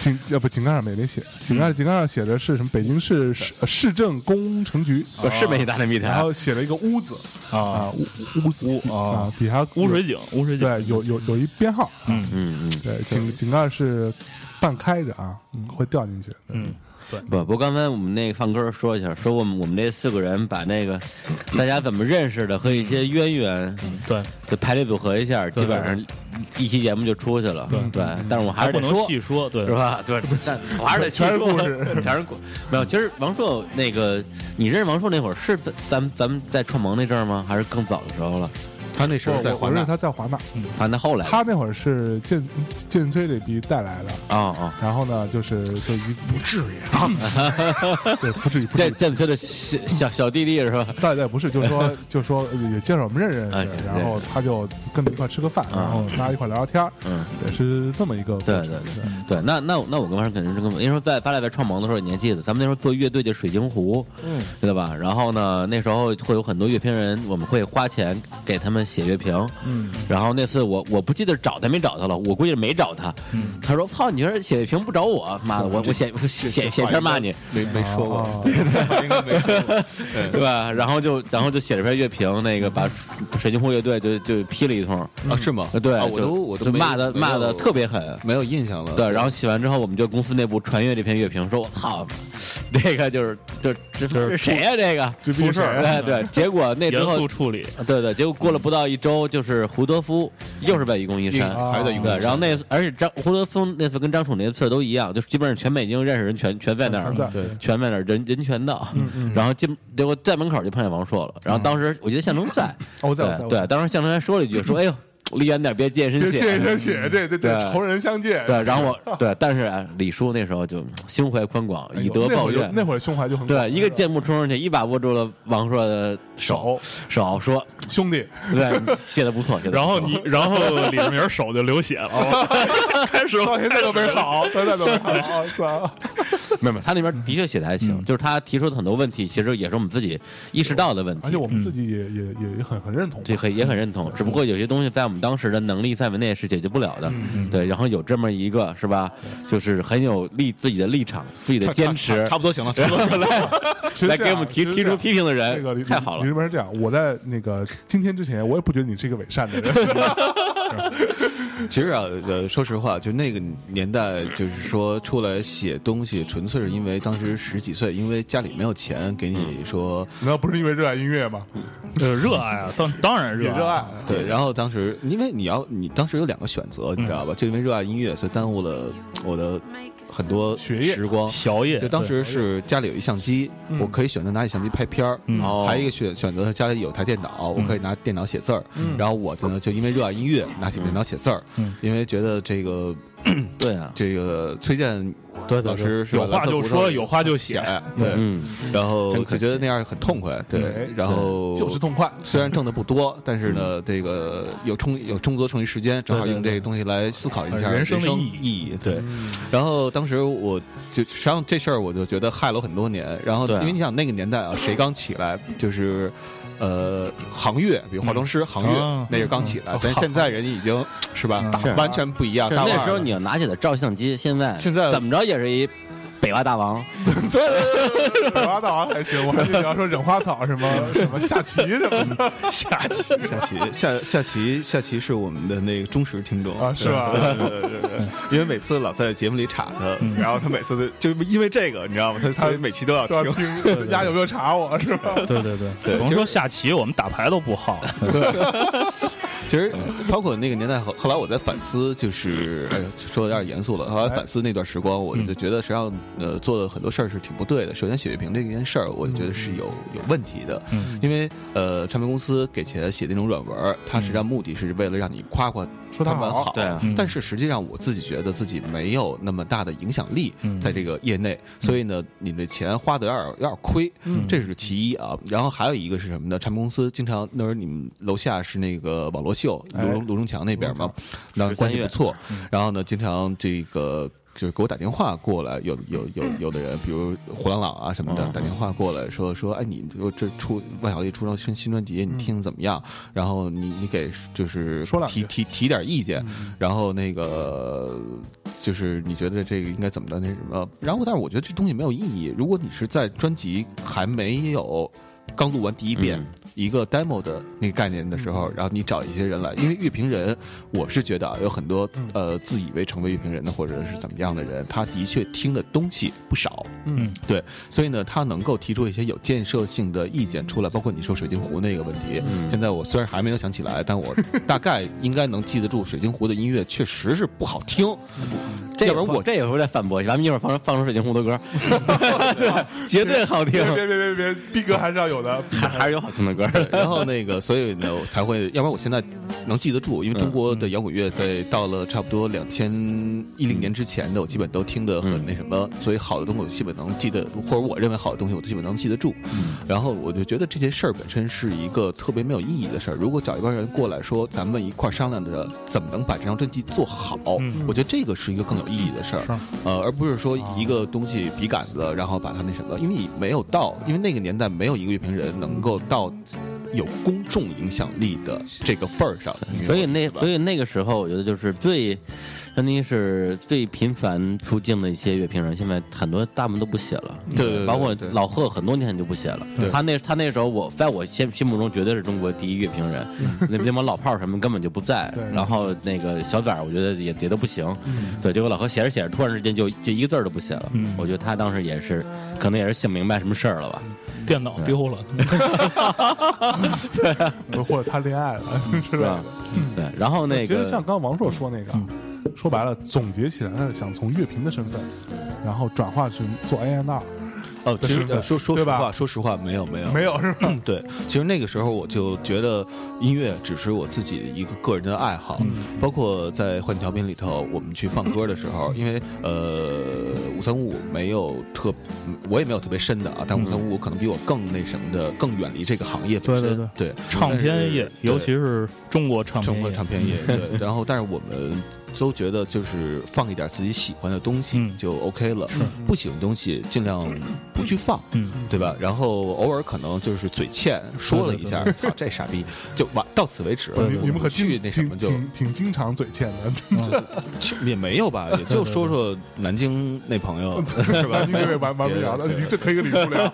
Speaker 4: 井呃不井盖上面没写，井盖井盖上写的是什么？北京市市呃市政工程局，
Speaker 5: 我是没大内密
Speaker 4: 然
Speaker 5: 谈，
Speaker 4: 后写了一个屋子
Speaker 3: 啊
Speaker 4: 啊，屋屋子
Speaker 3: 屋啊
Speaker 4: 啊，底下
Speaker 3: 污水井污水井
Speaker 4: 对有有有一编号，啊
Speaker 3: 嗯
Speaker 5: 嗯嗯。
Speaker 4: 对井井盖是半开着啊，嗯会掉进去。对
Speaker 3: 嗯对
Speaker 5: 不，不，刚才我们那个放歌说一下，说我们我们这四个人把那个大家怎么认识的和一些渊源，
Speaker 3: 对，
Speaker 5: 就排列组合一下，基本上一期节目就出去了。对，但是我还
Speaker 3: 还
Speaker 5: 是
Speaker 3: 不
Speaker 5: 得
Speaker 3: 能
Speaker 5: 说，
Speaker 3: 细说，对
Speaker 5: 是吧？ 对，但我还是得细
Speaker 4: 全是
Speaker 5: 说
Speaker 4: 故事，
Speaker 5: 全是故没有，其实王朔那个，你认识王朔那会儿是咱咱们咱们在创盟那阵儿吗？还是更早的时候了？
Speaker 2: 他那时
Speaker 4: 我
Speaker 2: 候在
Speaker 4: 我
Speaker 2: 华
Speaker 4: 认识
Speaker 2: 纳，
Speaker 4: 他在华纳，
Speaker 5: 啊，那后来
Speaker 4: 他那会儿是建建崔这逼带来的，
Speaker 5: 啊啊，
Speaker 4: 然后呢，就是就一不至于啊， 对，不至于，不至
Speaker 5: 这
Speaker 4: 于。
Speaker 5: 这这的小小小弟弟是吧？
Speaker 4: 但但不是，就是 说，就是说呃也介绍我们认识认
Speaker 5: 哎
Speaker 4: 识
Speaker 5: 对，
Speaker 4: 然后他就跟着一块吃个饭，然后大家一块聊聊天儿，
Speaker 5: 嗯
Speaker 4: 对，是这么一个过
Speaker 5: 对
Speaker 4: 程。嗯
Speaker 5: 对对对，那那我那我跟王朔肯定是跟，因为说在八大在创盟的时候有年纪的，咱们那时候做乐队就水晶湖，嗯，对吧？然后呢，那时候会有很多乐评人，我们会花钱给他们写乐评，嗯。然后那次我我不记得找他没找他了，我估计是没找他。
Speaker 2: 嗯
Speaker 5: 他说：“操，你这写乐评不找我，妈的，我我写我 写写写篇骂你，
Speaker 2: 没没说
Speaker 4: 哦
Speaker 2: 过，对，应该没说过。对
Speaker 5: 对吧？”然后就然后就写了篇乐评，那个把水晶湖乐队就就批了一通，
Speaker 2: 啊，是 吗？
Speaker 5: 对，
Speaker 2: 啊我
Speaker 5: 就
Speaker 2: 都我都
Speaker 5: 就
Speaker 2: 没
Speaker 5: 骂的
Speaker 2: 没
Speaker 5: 骂的
Speaker 2: 有
Speaker 5: 特别狠，
Speaker 2: 没有印象了。
Speaker 5: 对，然后写完之后，我们就公司内部传阅这篇乐评，说我操， 这个就是就这
Speaker 3: 就是
Speaker 5: 是谁呀、这个
Speaker 4: 这不是啊
Speaker 5: 对对，结果那之
Speaker 3: 严肃
Speaker 5: 后，
Speaker 3: 处理，
Speaker 5: 对对，结果过了不到一周，就是胡德夫又是在愚公移山。
Speaker 4: 啊
Speaker 2: 还在用
Speaker 5: 对，然后那次而且张胡德夫那次跟张楚那次都一样，就是基本上全北京认识人全全在那
Speaker 4: 全
Speaker 5: 儿了，
Speaker 4: 在嗯
Speaker 2: 对
Speaker 5: 全在那儿人人全到。然后进结果在门口就碰见王朔了，然后当时我记得向东在，
Speaker 4: 哦我在我在
Speaker 5: 对
Speaker 4: 我
Speaker 5: 对，
Speaker 4: 在
Speaker 5: 当时向东还说了一句说，哎呦，离远点别溅身
Speaker 4: 这
Speaker 5: 血，
Speaker 4: 见人血，这这这
Speaker 5: 对
Speaker 4: 仇人相见。
Speaker 5: 对，然后我对，但是啊李叔那时候就胸怀宽广，
Speaker 4: 哎呦
Speaker 5: 以德报
Speaker 4: 那会儿
Speaker 5: 怨。
Speaker 4: 就那会儿胸怀就很
Speaker 5: 对，
Speaker 4: 广
Speaker 5: 一个箭步冲上去，一把握住了王朔的手手，说
Speaker 4: 兄弟，：“
Speaker 5: 对， 写的不错。写得不错”
Speaker 3: 然后你然后李志明手就流血了，开始
Speaker 4: 到现在都没好，到现在都没好，我 操！
Speaker 5: 没有没有，他那边的确写的还行，就是他提出的很多问题，其实也是我们自己意识到的问题
Speaker 4: 而且，我们自己也也也很很认同。
Speaker 5: 对，很也很认同。只不过有些东西在我们当时的能力范围内是解决不了的。对，然后有这么一个是吧，就是很有立自己的立场、自己的坚持，
Speaker 2: 差不多行了，差不多行了。
Speaker 4: 其实
Speaker 5: 来
Speaker 4: 这
Speaker 5: 给我
Speaker 4: 样
Speaker 5: 们提
Speaker 4: 其实
Speaker 5: 提
Speaker 4: 这
Speaker 5: 出
Speaker 4: 样
Speaker 5: 批评的
Speaker 4: 这个
Speaker 5: 人，
Speaker 4: 李
Speaker 5: 太好了
Speaker 4: 李。志明是这样，我在那个今天之前，我也不觉得你是一个伪善的 人。
Speaker 2: 其实啊，呃，说实话，就那个年代，就是说出来写东西，纯粹是因为当时十几岁，因为家里没有钱给你说，
Speaker 4: 那不是因为热爱音乐吗？
Speaker 3: 呃，热爱啊，当当然
Speaker 4: 也
Speaker 3: 热
Speaker 4: 热爱，
Speaker 2: 对，然后当时因为你要你当时有两个选择，你知道吧？就因为热啊爱音乐，所以耽误了我的很多
Speaker 4: 学业
Speaker 2: 时光。
Speaker 3: 小野
Speaker 2: 就当时是家里有一相机，我可以选择拿起相机拍片儿，
Speaker 3: 嗯
Speaker 5: 哦
Speaker 2: 还有一个选选择是家里有台电脑，我可以拿电脑写字儿。然后我呢，就因为热爱音乐，拿起电脑写字儿
Speaker 3: 嗯，
Speaker 2: 因为觉得这个
Speaker 5: 对啊，
Speaker 2: 这个崔健
Speaker 3: 对对对
Speaker 2: 老师是吧
Speaker 3: 有话就说，有话就写，，
Speaker 2: 对，
Speaker 5: 嗯，
Speaker 2: 然后
Speaker 5: 真
Speaker 2: 就
Speaker 5: 可惜
Speaker 2: 觉得那样很痛快，对
Speaker 4: 哎，
Speaker 2: 然后
Speaker 4: 就是痛快。
Speaker 2: 虽然挣的不多，但是呢，这个有充有充足充裕时间，正好
Speaker 3: 对对
Speaker 2: 用这个东西来思考一下
Speaker 3: 呃人生的
Speaker 2: 意
Speaker 3: 意
Speaker 2: 义。对，然后当时我就实际上这事儿我就觉得害了我很多年。然后
Speaker 5: 对啊
Speaker 2: 因为你想那个年代啊，谁刚起来就是。呃，行业，比如化妆师行
Speaker 3: 啊
Speaker 2: 业，那是刚起来，咱现在人已经是吧，大
Speaker 4: 是啊
Speaker 2: 完全不一样。
Speaker 5: 是
Speaker 2: 大腕儿
Speaker 5: 那时候
Speaker 2: 了
Speaker 5: 你要拿起来照相机，现在
Speaker 2: 现在
Speaker 5: 怎么着也是一北蛙大王，
Speaker 4: 忍花大王啊还行，我还以为你要说忍花草什么什么下棋什么
Speaker 5: 嗯
Speaker 4: 的
Speaker 3: 下棋。
Speaker 2: 下棋，下下棋，下棋是我们的那个忠实听众
Speaker 4: 啊，是？吧？
Speaker 2: 对 对对对对，因为每次老在节目里插他，然后他每次都就因为这个，你知道吗？嗯他啊所以每期都要
Speaker 4: 都要
Speaker 2: 听。
Speaker 4: 听丫有没有查我是吧？
Speaker 3: 对对 对，甭说下棋，我们打牌都不好。
Speaker 2: 其实包括那个年代，后后来我在反思，就是哎呦说的有点严肃了。后来反思那段时光，我就觉得实际上呃做的很多事儿是挺不对的。首先写乐评这件事儿，我觉得是有有问题的，因为呃唱片公司给钱写那种软文儿，它实际上目的是为了让你夸夸嗯他
Speaker 4: 说它
Speaker 2: 们
Speaker 4: 好
Speaker 2: 好，嗯
Speaker 5: 对啊
Speaker 2: 但是实际上我自己觉得自己没有那么大的影响力在这个业内，所以呢，你们的钱花的有点有点亏，这是其一啊。然后还有一个是什么呢？唱片公司经常那时候你们楼下是那个网络秀，
Speaker 4: 哎
Speaker 2: 卢中卢中强那边嘛，那关系不错。然后呢，经常这个。就是给我打电话过来，有有有有的人，比如胡朗朗啊什么的，打电话过来说说，哎，你我这出万晓利出张新新专辑，你听得怎么样？然后你你给就是
Speaker 4: 说两
Speaker 2: 提
Speaker 4: 句嗯
Speaker 2: 提提点意见，然后那个就是你觉得这个应该怎么的那什么？然后但是我觉得这东西没有意义。如果你是在专辑还没有刚录完第一遍。
Speaker 5: 嗯
Speaker 2: 一个 demo 的那个概念的时
Speaker 4: 嗯
Speaker 2: 候，然后你找一些人来，因为乐评人，我是觉得啊，有很多
Speaker 4: 嗯
Speaker 2: 呃自以为成为乐评人的或者是怎么样的人，他的确听的东西不少，
Speaker 3: 嗯，
Speaker 2: 对，所以呢，他能够提出一些有建设性的意见出来，包括你说水晶湖那个问题，现在我虽然还没有想起来，但我大概应该能记得住水晶湖的音乐确实是不好听，
Speaker 5: 这
Speaker 2: 要
Speaker 5: 有
Speaker 2: 不然我
Speaker 5: 这有时候再反驳一下，咱们一会儿放放首水晶红的歌， 对，绝对好听
Speaker 4: 别，别别别别，逼格还是要有的。
Speaker 5: 还还是有好听的歌。
Speaker 2: 然后那个，所以呢，我才会，要不然我现在能记得住，因为中国的摇滚乐在到了差不多两千一零年之前的，我基本都听得很那什么，所以好的东西我基本能记得，或者我认为好的东西我都基本能记得住。然后我就觉得这件事儿本身是一个特别没有意义的事儿。如果找一帮人过来说，咱们一块儿商量着怎么能把这张专辑做好，我觉得这个是一个更有意义的事儿。呃，而不是说一个东西笔杆子，然后把它那什么，因为你没有到，因为那个年代没有一个乐评人能够到有公众影响力的这个份儿上，
Speaker 5: 所以那所以那个时候，我觉得就是最，相当于是最频繁出镜的一些乐评人，现在很多大部分都不写了。
Speaker 2: 对对对
Speaker 5: 包括
Speaker 2: 对
Speaker 5: 老贺很多年就不写了。他那他那时候我，在我心心目中绝对是中国第一乐评人，那那帮老炮儿什么根本就不在
Speaker 4: 对。
Speaker 5: 然后那个小崽儿，我觉得也也都不行。对，结果老贺写着写着，突然之间就就一个字儿都不写了。我觉得他当时也是，可能也是想明白什么事儿了吧。
Speaker 3: 电脑丢了，
Speaker 4: 或者谈恋爱了，是
Speaker 5: 是
Speaker 4: 吧
Speaker 5: 吧？？对，然后嗯那个嗯
Speaker 4: 其实像刚刚王硕说那个，说白了，总结起来是想从乐评的身份，然后转化成做 ANR，
Speaker 2: 哦，其实
Speaker 4: 是的
Speaker 2: 呃说说实
Speaker 4: 对吧
Speaker 2: 话，说实话，没有没有嗯
Speaker 4: 没有是吧？
Speaker 2: 对，其实那个时候我就觉得音乐只是我自己的一个个人的爱好，包括在《换调频》里头，我们去放歌的时候，因为呃五三五没有特，嗯我也没有特别深的啊，但五三五可能比我更那什么的，更远离这个行业本
Speaker 3: 对对
Speaker 2: 身。对对，
Speaker 3: 唱片业，
Speaker 2: 但
Speaker 3: 尤
Speaker 2: 是
Speaker 3: 其是中国唱
Speaker 2: 中
Speaker 3: 片
Speaker 2: 国
Speaker 3: 业
Speaker 2: 唱，片业，对。然后，但是我们都觉得就是放一点自己喜欢的东西
Speaker 3: 嗯
Speaker 2: 就 OK 了，不喜欢的东西尽量不不去放，
Speaker 3: 嗯
Speaker 2: 对吧？然后偶尔可能就是嘴欠说了一下，操这傻逼，就完到此为止。
Speaker 4: 你你们可
Speaker 2: 去
Speaker 4: 挺
Speaker 2: 那什么
Speaker 4: 挺
Speaker 2: 就
Speaker 4: 挺挺经常嘴欠的，
Speaker 2: 去也没有吧，也就说说南京那朋友是 吧？
Speaker 4: 你这位玩玩不了的，
Speaker 2: 别
Speaker 4: 你这可以理不了。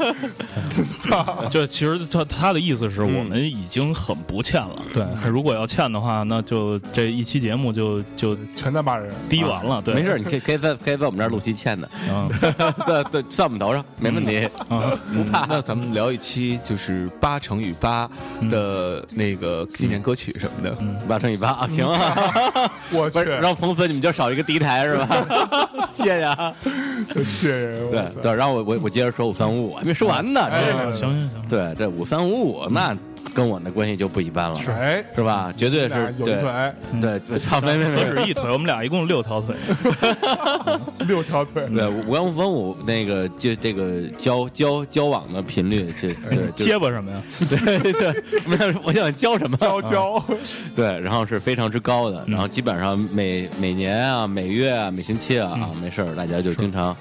Speaker 4: 操！
Speaker 3: 就其实他他的意思是我们已经很不欠了，对，如果要欠的话，那就这一期节目就就
Speaker 4: 全在骂人，
Speaker 3: 低完了，对，
Speaker 5: 啊没事，，你可以可以在可以在我们这儿录期欠的，
Speaker 3: 嗯
Speaker 5: 对对，算我们头上，没问题。
Speaker 3: 嗯，
Speaker 2: 不怕。那咱们聊一期就是八乘以八的那个纪念歌曲什么的。
Speaker 5: 八乘以八啊，行啊，
Speaker 4: 我
Speaker 5: 不
Speaker 4: 去
Speaker 5: 是，让鹏飞你们就少一个敌台是吧？谢谢啊。
Speaker 4: 这人，我
Speaker 5: 对
Speaker 4: 操！
Speaker 5: 对，然后我我我接着说五三五五，啊还没说完呢。
Speaker 4: 哎
Speaker 5: 这
Speaker 3: 行行行，
Speaker 5: 对这五三五五，那跟我的关系就不一般了，
Speaker 4: 哎，
Speaker 5: 是吧？绝对
Speaker 4: 俩
Speaker 5: 是
Speaker 4: 有
Speaker 5: 对
Speaker 4: 一腿，
Speaker 5: 对，对操，没没
Speaker 3: 不
Speaker 5: 没。
Speaker 3: 止一腿，我们俩一共六条腿，
Speaker 4: 六条腿，
Speaker 5: 对，五三五三五那个就这个交交交往的频率，就对就
Speaker 3: 结巴什么呀？
Speaker 5: 对对，我想我想交什么？
Speaker 4: 娇娇，
Speaker 5: 对，然后是非常之高
Speaker 3: 嗯
Speaker 5: 的，然后基本上每每年啊、每月啊、每星期啊，啊没事儿，大家就经常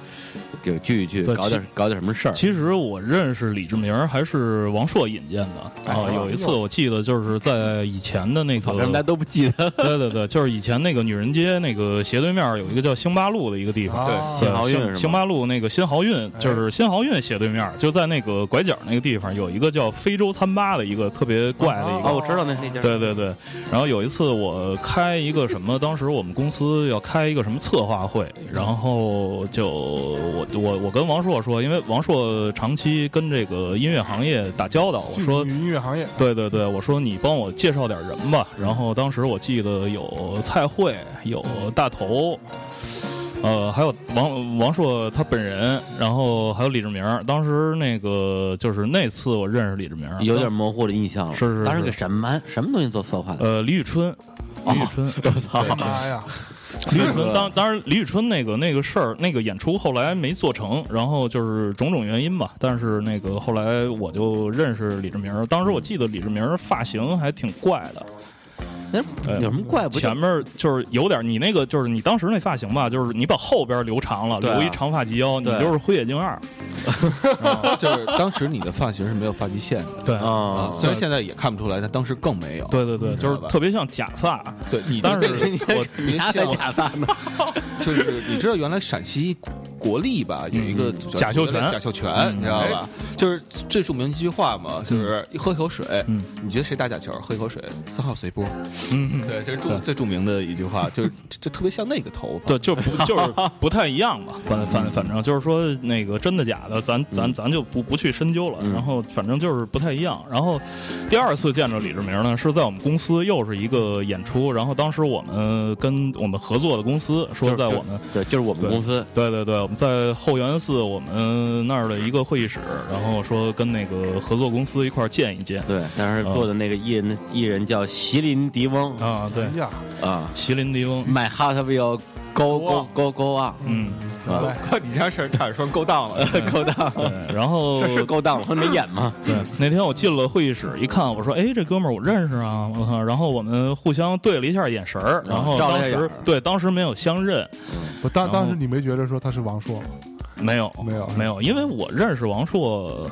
Speaker 5: 就聚一聚，
Speaker 3: 嗯对
Speaker 5: 搞
Speaker 3: 其
Speaker 5: 点搞点什么事儿。
Speaker 3: 其实我认识李志明儿还是王朔引荐的啊。有一次我记得就是在以前的那个
Speaker 5: 为什么大家，都不记得？
Speaker 3: 对对对，就是以前那个女人街那个斜对面儿有一个叫星巴路的一个地方。
Speaker 4: 啊
Speaker 5: 新豪运是
Speaker 3: 星
Speaker 5: 吗
Speaker 3: 星巴路那个新豪运，就是新豪运斜对面儿，就在那个拐角那个地方，有一个叫非洲餐吧的一个特别怪的一个
Speaker 5: 哦，我知道那那家。
Speaker 3: 对对对，然后有一次我开一个什么，当时我们公司要开一个什么策划会，然后就我我我跟王朔说，因为王朔长期跟这个音乐行业打交道，我
Speaker 4: 进
Speaker 3: 说
Speaker 4: 入音乐行业，
Speaker 3: 对对对，我说你帮我介绍点人吧。然后当时我记得有蔡慧，有大头，呃，还有王王朔他本人，然后还有李志明儿。当时那个就是那次我认识李志明儿，
Speaker 5: 有点模糊的印象了，
Speaker 3: 是是
Speaker 5: 当时
Speaker 3: 是
Speaker 5: 给什么什么东西做策划的？哦
Speaker 3: 呃李宇春，李宇春。
Speaker 5: 我操！
Speaker 4: 妈哎呀！
Speaker 3: 李宇春当当然，李宇春那个那个事儿，那个演出后来没做成，然后就是种种原因吧。但是那个后来我就认识李志明儿，当时我记得李志明儿发型还挺怪的，
Speaker 5: 那有什么怪不就
Speaker 3: 呃前面儿就是有点你那个就是你当时那发型吧，就是你把后边留长了，
Speaker 5: 对啊
Speaker 3: 留一长发及腰，你
Speaker 5: 对
Speaker 3: 就是灰眼镜二。
Speaker 2: 就是当时你的发型是没有发际线的。
Speaker 3: 对
Speaker 5: 啊
Speaker 2: 啊，？虽然现在也看不出来，但当时更没有。
Speaker 3: 对对对，就是特别像假发。啊
Speaker 2: 对，你
Speaker 3: 当时我
Speaker 2: 你
Speaker 5: 还
Speaker 2: 像
Speaker 5: 戴假发呢？
Speaker 2: 就是 你知道原来陕西国力吧有一个组
Speaker 3: 嗯贾秀全嗯哎
Speaker 2: 贾秀全，你知道吧？就是最著名一句话嘛，就是一喝一口水，
Speaker 3: 嗯
Speaker 2: 你觉得谁打假球？喝一口水，三号随波。
Speaker 3: 嗯，
Speaker 2: 对，这是著最著名的一句话，就是 这这特别像那个头发。
Speaker 3: 对，就不就是 不太一样吧，反反反正就是说那个真的假的，咱咱咱就不不去深究了。然后反正就是不太一样。然后第二次见着李志明呢，是在我们公司又是一个演出，然后当时我们跟我们合作的公司说，在我们
Speaker 5: 对，就是我们
Speaker 3: 对
Speaker 5: 公司
Speaker 3: 对对对，我们在后园寺我们那儿的一个会议室，然后说跟那个合作公司一块儿见一见
Speaker 5: 对，当时做的那个艺人艺人叫席琳迪翁
Speaker 3: 啊，对
Speaker 4: 哎，呀，
Speaker 5: 啊
Speaker 3: 席琳迪翁，
Speaker 5: ，My heart will go go go go on，
Speaker 3: 嗯，
Speaker 5: 啊，
Speaker 2: 你这样是差点说勾当了。
Speaker 5: 勾当，
Speaker 3: 嗯对，然后
Speaker 5: 这是勾当，我没演吗？
Speaker 3: 对，那天我进了会议室，一看，我说：“哎，这哥们儿我认识啊！”我靠，然后我们互相对了一下眼神儿，然后
Speaker 5: 照
Speaker 3: 当
Speaker 5: 了一下眼儿
Speaker 3: 时对当时没有相认，
Speaker 4: 不，当
Speaker 3: 然后
Speaker 4: 当时你没觉得说他是王朔吗？
Speaker 3: 没有
Speaker 4: 没有
Speaker 3: 没有，因为我认识王朔，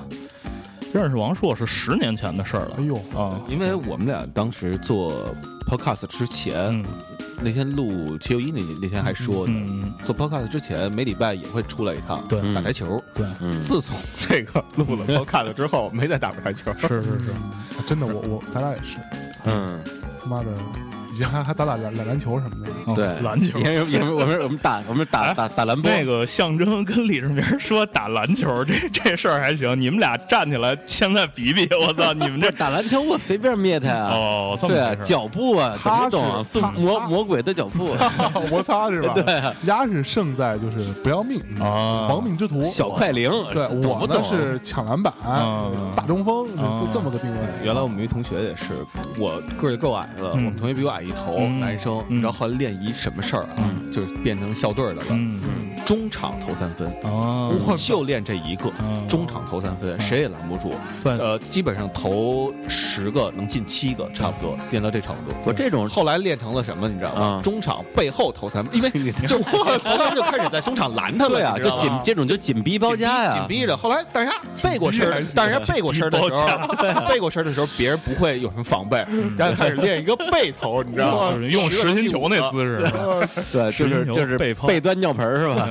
Speaker 3: 认识王朔是十年前的事儿了
Speaker 4: 哎呦，
Speaker 3: 啊。
Speaker 2: 因为我们俩当时做 podcast 之前
Speaker 3: 嗯，
Speaker 2: 那天录七六一那那天还说呢，
Speaker 3: 嗯，
Speaker 2: 做 podcast 之前每礼拜也会出来一趟，
Speaker 3: 对
Speaker 2: 打台球。
Speaker 3: 对，
Speaker 5: 嗯
Speaker 2: 自从这个录了 podcast 之后，没再打过台球。
Speaker 3: 是是是，
Speaker 4: 真的，我我咱俩也是，
Speaker 5: 嗯，
Speaker 4: 他妈的，以前还还打打篮篮球什么的，
Speaker 3: 哦
Speaker 5: 对，
Speaker 3: 篮 球
Speaker 5: 因。为因为我们我们打我们打
Speaker 3: 哎
Speaker 5: 打打篮波，
Speaker 3: 那个象征跟李志明说打篮球这这事儿还行，你们俩站起来现在比比，我操，你们这
Speaker 5: 打篮球我随便灭他呀。
Speaker 3: 哦这么
Speaker 5: 对啊
Speaker 3: 回，事儿
Speaker 5: 脚步啊，怎么
Speaker 4: 踏实
Speaker 5: 懂啊？
Speaker 4: 踏
Speaker 5: 魔
Speaker 4: 踏
Speaker 5: 魔鬼的脚步啊，
Speaker 4: 摩擦是吧？
Speaker 5: 对啊，
Speaker 4: 鸭是胜在就是不要命
Speaker 3: 啊
Speaker 4: 亡命之徒。
Speaker 5: 小快灵，
Speaker 4: 对
Speaker 5: 懂
Speaker 4: 我
Speaker 5: 不懂
Speaker 4: 呢
Speaker 5: 啊
Speaker 4: 是抢篮板
Speaker 3: 嗯，
Speaker 4: 大中锋，就
Speaker 3: 嗯
Speaker 4: 这么个定位。
Speaker 2: 原来我们一同学也是，我个儿也够矮的，我们同学比我矮一头，
Speaker 3: 嗯
Speaker 2: 男生，
Speaker 3: 嗯
Speaker 2: 然后后来练一什么事儿啊，就是变成校队的了。
Speaker 3: 嗯，
Speaker 2: 中场投三分，
Speaker 3: 哦，
Speaker 2: 就练这一个
Speaker 3: 嗯，
Speaker 2: 中场投三分，谁也拦不住。
Speaker 3: 对
Speaker 2: 呃，基本上投十个能进七个，差不多
Speaker 3: 嗯
Speaker 2: 练到这程度。
Speaker 5: 我这种
Speaker 2: 后来练成了什么，你知道吗
Speaker 5: 啊？
Speaker 2: 中场背后投三 分，因为就我从那就开始在中场拦他们，
Speaker 5: 对啊，
Speaker 2: 你知
Speaker 5: 就
Speaker 2: 道吗
Speaker 5: 紧
Speaker 3: 吗
Speaker 5: 这种就紧逼包夹
Speaker 2: 紧
Speaker 5: 呀，
Speaker 2: 逼着。后来大家背过
Speaker 4: 还
Speaker 2: 身
Speaker 4: 行，
Speaker 2: 大家背过身的时候，背过身的时候，别人不会有什么防备，然后开始练一个背投，你知道吗
Speaker 3: 就是？用
Speaker 2: 十个啊
Speaker 3: 实
Speaker 2: 人
Speaker 3: 心
Speaker 2: 进
Speaker 3: 球
Speaker 2: 五
Speaker 3: 那
Speaker 2: 个
Speaker 3: 姿势，实
Speaker 5: 对，就是
Speaker 3: 心球
Speaker 5: 就是
Speaker 3: 背抛
Speaker 5: 背端尿盆儿是吧？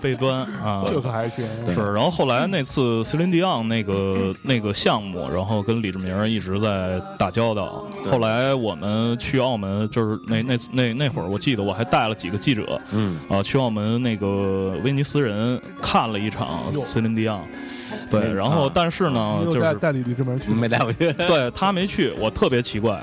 Speaker 3: 背端 啊，
Speaker 4: 这可还行。
Speaker 3: 是，然后后来那次斯林迪昂那个那个项目，然后跟李志明一直在打交道。后来我们去澳门，就是那那那那会儿，我记得我还带了几个记者，
Speaker 5: 嗯，
Speaker 3: 啊，去澳门那个威尼斯人看了一场斯林迪昂。对，然后但是呢，
Speaker 4: 又
Speaker 3: 就
Speaker 4: 带
Speaker 3: 是
Speaker 4: 带你李志明去，
Speaker 5: 没带回去。
Speaker 3: 对他没去，我特别奇怪，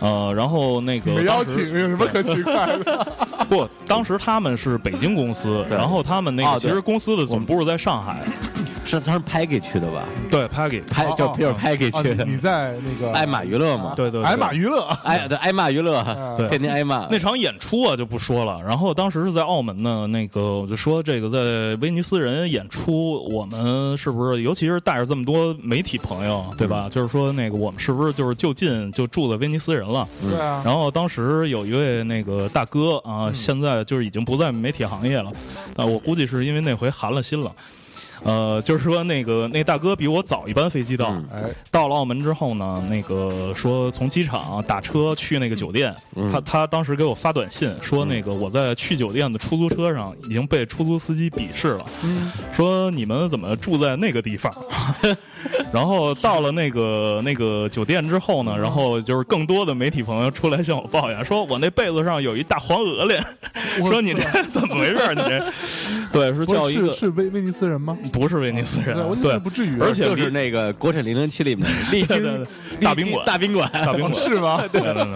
Speaker 3: 呃，然后那个
Speaker 4: 没邀
Speaker 3: 当时
Speaker 4: 请，有什么可奇怪的？
Speaker 3: 不，当时他们是北京公司，然后他们那
Speaker 5: 啊
Speaker 3: 个
Speaker 5: 对
Speaker 3: 其实公司的总部是在上海，
Speaker 5: 是他是拍给去的吧？
Speaker 3: 对 Peggy，
Speaker 5: 拍
Speaker 4: 哦
Speaker 5: 就
Speaker 4: 哦
Speaker 5: 皮尔拍给
Speaker 4: 啊
Speaker 5: 去的
Speaker 4: 你。你在那个
Speaker 5: 爱玛娱乐嘛，
Speaker 3: 对对，对
Speaker 4: 挨骂娱乐，
Speaker 5: 挨对挨骂娱乐
Speaker 4: 嗯，
Speaker 3: 对
Speaker 5: 天天挨骂。
Speaker 3: 那场演出啊就不说了，然后当时是在澳门呢，那个我就说这个在威尼斯人演出，我们是不是尤其是带着这么多媒体朋友，对吧？就是说那个我们是不是就是就近就住在威尼斯人了？
Speaker 4: 对
Speaker 5: 嗯
Speaker 4: 啊，嗯
Speaker 3: 然后当时有一位那个大哥啊，现在就是已经不在媒体行业了，啊，我估计是因为那回寒了心了。呃，就是说那个那大哥比我早一班飞机到，
Speaker 5: 嗯
Speaker 4: 哎，
Speaker 3: 到了澳门之后呢，那个说从机场打车去那个酒店，他他当时给我发短信说，那个我在去酒店的出租车上已经被出租司机鄙视了，
Speaker 4: 嗯
Speaker 3: 说你们怎么住在那个地方？ 然后到了那个那个酒店之后
Speaker 4: 嗯
Speaker 3: 呢，然后就是更多的媒体朋友出来向我抱怨，说我那被子上有一大黄鹅脸，说你这怎么回事儿？你 这对是
Speaker 4: 不
Speaker 3: 叫
Speaker 4: 是
Speaker 3: 一个
Speaker 4: 是是威威尼斯人吗？
Speaker 3: 不是威尼斯人
Speaker 4: 对，我，那
Speaker 3: 对
Speaker 4: 是不至于，
Speaker 3: 而且
Speaker 5: 就
Speaker 3: 离
Speaker 5: 是那个国产零零七 里面的丽
Speaker 3: 对对
Speaker 5: 晶
Speaker 3: 对大宾馆
Speaker 5: 大宾馆，
Speaker 3: 大宾馆
Speaker 4: 是吗？
Speaker 3: 对对对，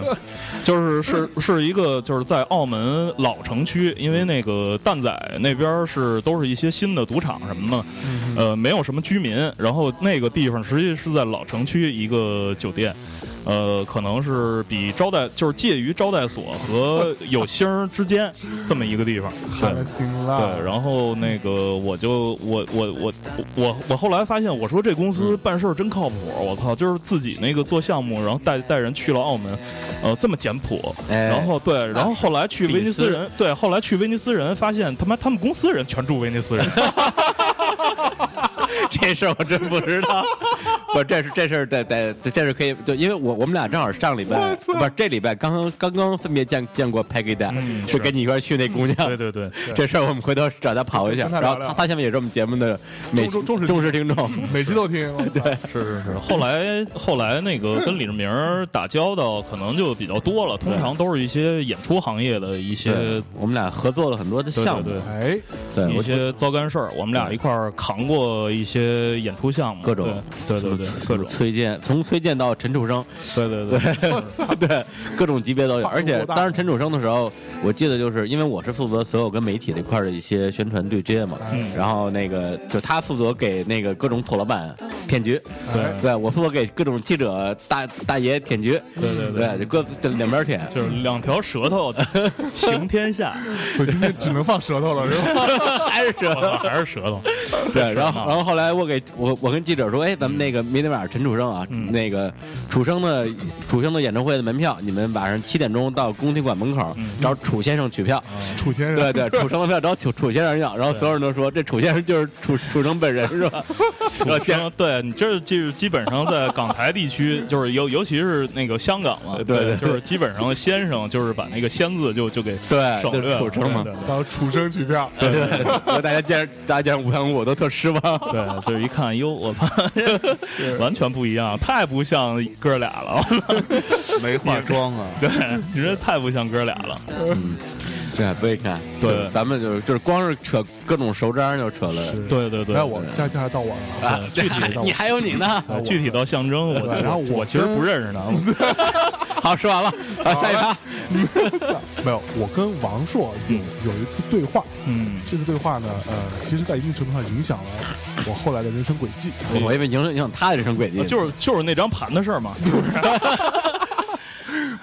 Speaker 3: 就是是是一个就是在澳门老城区，因为那个蛋仔那边儿是都是一些新的赌场什么的，
Speaker 4: 嗯
Speaker 3: 呃，没有什么居民，然后那个地方实际是在老城区一个酒店。呃，可能是比招待就是介于招待所和有星儿之间这么一个地方，对。
Speaker 4: 太辛
Speaker 5: 啊
Speaker 3: 对，
Speaker 4: 辣，
Speaker 3: 然后那个我就我我我我我后来发现，我说这公
Speaker 5: 嗯
Speaker 3: 司办事儿真靠谱，我操，就是自己那个做项目，然后带带人去了澳门，呃，这么简朴。
Speaker 5: 哎啊
Speaker 3: 然后对，然后后来去威尼斯
Speaker 5: 比斯
Speaker 3: 人，对，后来去威尼斯人，发现他妈他们公司人全住威尼斯 人，
Speaker 5: 这事儿我真不知 道。不，这是这事儿得得这事儿可以，就因为我我们俩正好上礼拜，不是这礼拜刚刚刚刚分别见见过 Peggy 的，
Speaker 3: 嗯
Speaker 5: 就跟你一块儿去那姑娘。
Speaker 3: 对对对。
Speaker 5: 这事儿我们回头找他跑一下，
Speaker 4: 跟他
Speaker 5: 然
Speaker 4: 聊
Speaker 5: 后
Speaker 4: 聊
Speaker 5: 他他现在也是我们节目的美
Speaker 4: 忠忠实
Speaker 5: 忠实听众，
Speaker 4: 每期都听，对，
Speaker 3: 是是是，后来后来那个跟李志明儿打交道可能就比较多了，通常都是一些演出行业的一些
Speaker 5: 对，我们俩合作了很多的
Speaker 3: 呃对
Speaker 5: 项目
Speaker 3: 对，对
Speaker 4: 哎，
Speaker 5: 对
Speaker 3: 一
Speaker 5: 我
Speaker 3: 些糟干事儿，我们俩一块儿扛过一些演出项目，
Speaker 5: 各种
Speaker 3: 对对对对，各种
Speaker 5: 崔健，从崔健到陈楚生，
Speaker 3: 对对对，
Speaker 5: 对，各种级别都有。
Speaker 4: 跨度
Speaker 5: 而且
Speaker 4: 多大
Speaker 5: 当时陈楚生的时候，我记得就是因为我是负责所有跟媒体这块儿的一些宣传对接嘛，
Speaker 3: 嗯
Speaker 5: 然后那个就他负责给那个各种土老板骗局，
Speaker 3: 嗯对
Speaker 5: 对我负责给各种记者大大爷舔局，
Speaker 3: 对对对
Speaker 5: 对，就各就两边舔。
Speaker 3: 就是两条舌 头行天下，
Speaker 4: 所以今天只能放舌头了，是 吧？
Speaker 5: 还是
Speaker 3: 我操还是舌头，
Speaker 5: 对，然后然后后来我给我我跟记者说，哎，咱们那个明天晚上陈楚生啊，
Speaker 3: 嗯
Speaker 5: 那个楚生的楚生的演唱会的门票，你们晚上七点钟到宫体馆门口
Speaker 3: 嗯
Speaker 5: 找楚先生取票。
Speaker 4: 楚先 生，
Speaker 5: 对对，楚生的票找楚楚先生要，然后所有人都说这楚先生就是楚楚生本人是吧？
Speaker 3: 然后见对你这就是基本上在港台地区，就是尤尤其是那个香港嘛，
Speaker 5: 对对
Speaker 3: 就是基本上先生就是把那个先字就就给
Speaker 5: 对
Speaker 3: 省略了，
Speaker 5: 就是楚生嘛
Speaker 3: 对对对
Speaker 4: 然后楚生取票，
Speaker 5: 对对对，然后大家见着大家见着吴强武都特失望。
Speaker 3: 对，就是一看，哟，我操，完全不一样，太不像哥俩了，
Speaker 1: 没化妆 啊，
Speaker 3: 对，你这太不像哥俩了。
Speaker 5: 对，所以看，
Speaker 3: 对
Speaker 5: 就是咱们就是就是光是扯各种熟章就扯了。
Speaker 3: 对对对，
Speaker 4: 来哎我家家到我了，
Speaker 5: 啊，
Speaker 3: 具体
Speaker 5: 你还有你呢。
Speaker 3: 啊具体到象征，我
Speaker 4: 然后
Speaker 3: 我
Speaker 4: 我
Speaker 3: 我其实不认识他，
Speaker 5: 好，说完了，啊，下一趴。
Speaker 4: 没有，我跟王朔有有一次对话，
Speaker 3: 嗯，
Speaker 4: 这次对话呢，呃，其实在一定程度上影响了我后来的人生轨迹。
Speaker 5: 我以为影响影响他的人生轨迹，
Speaker 3: 啊就是就是那张盘的事儿嘛，
Speaker 4: 没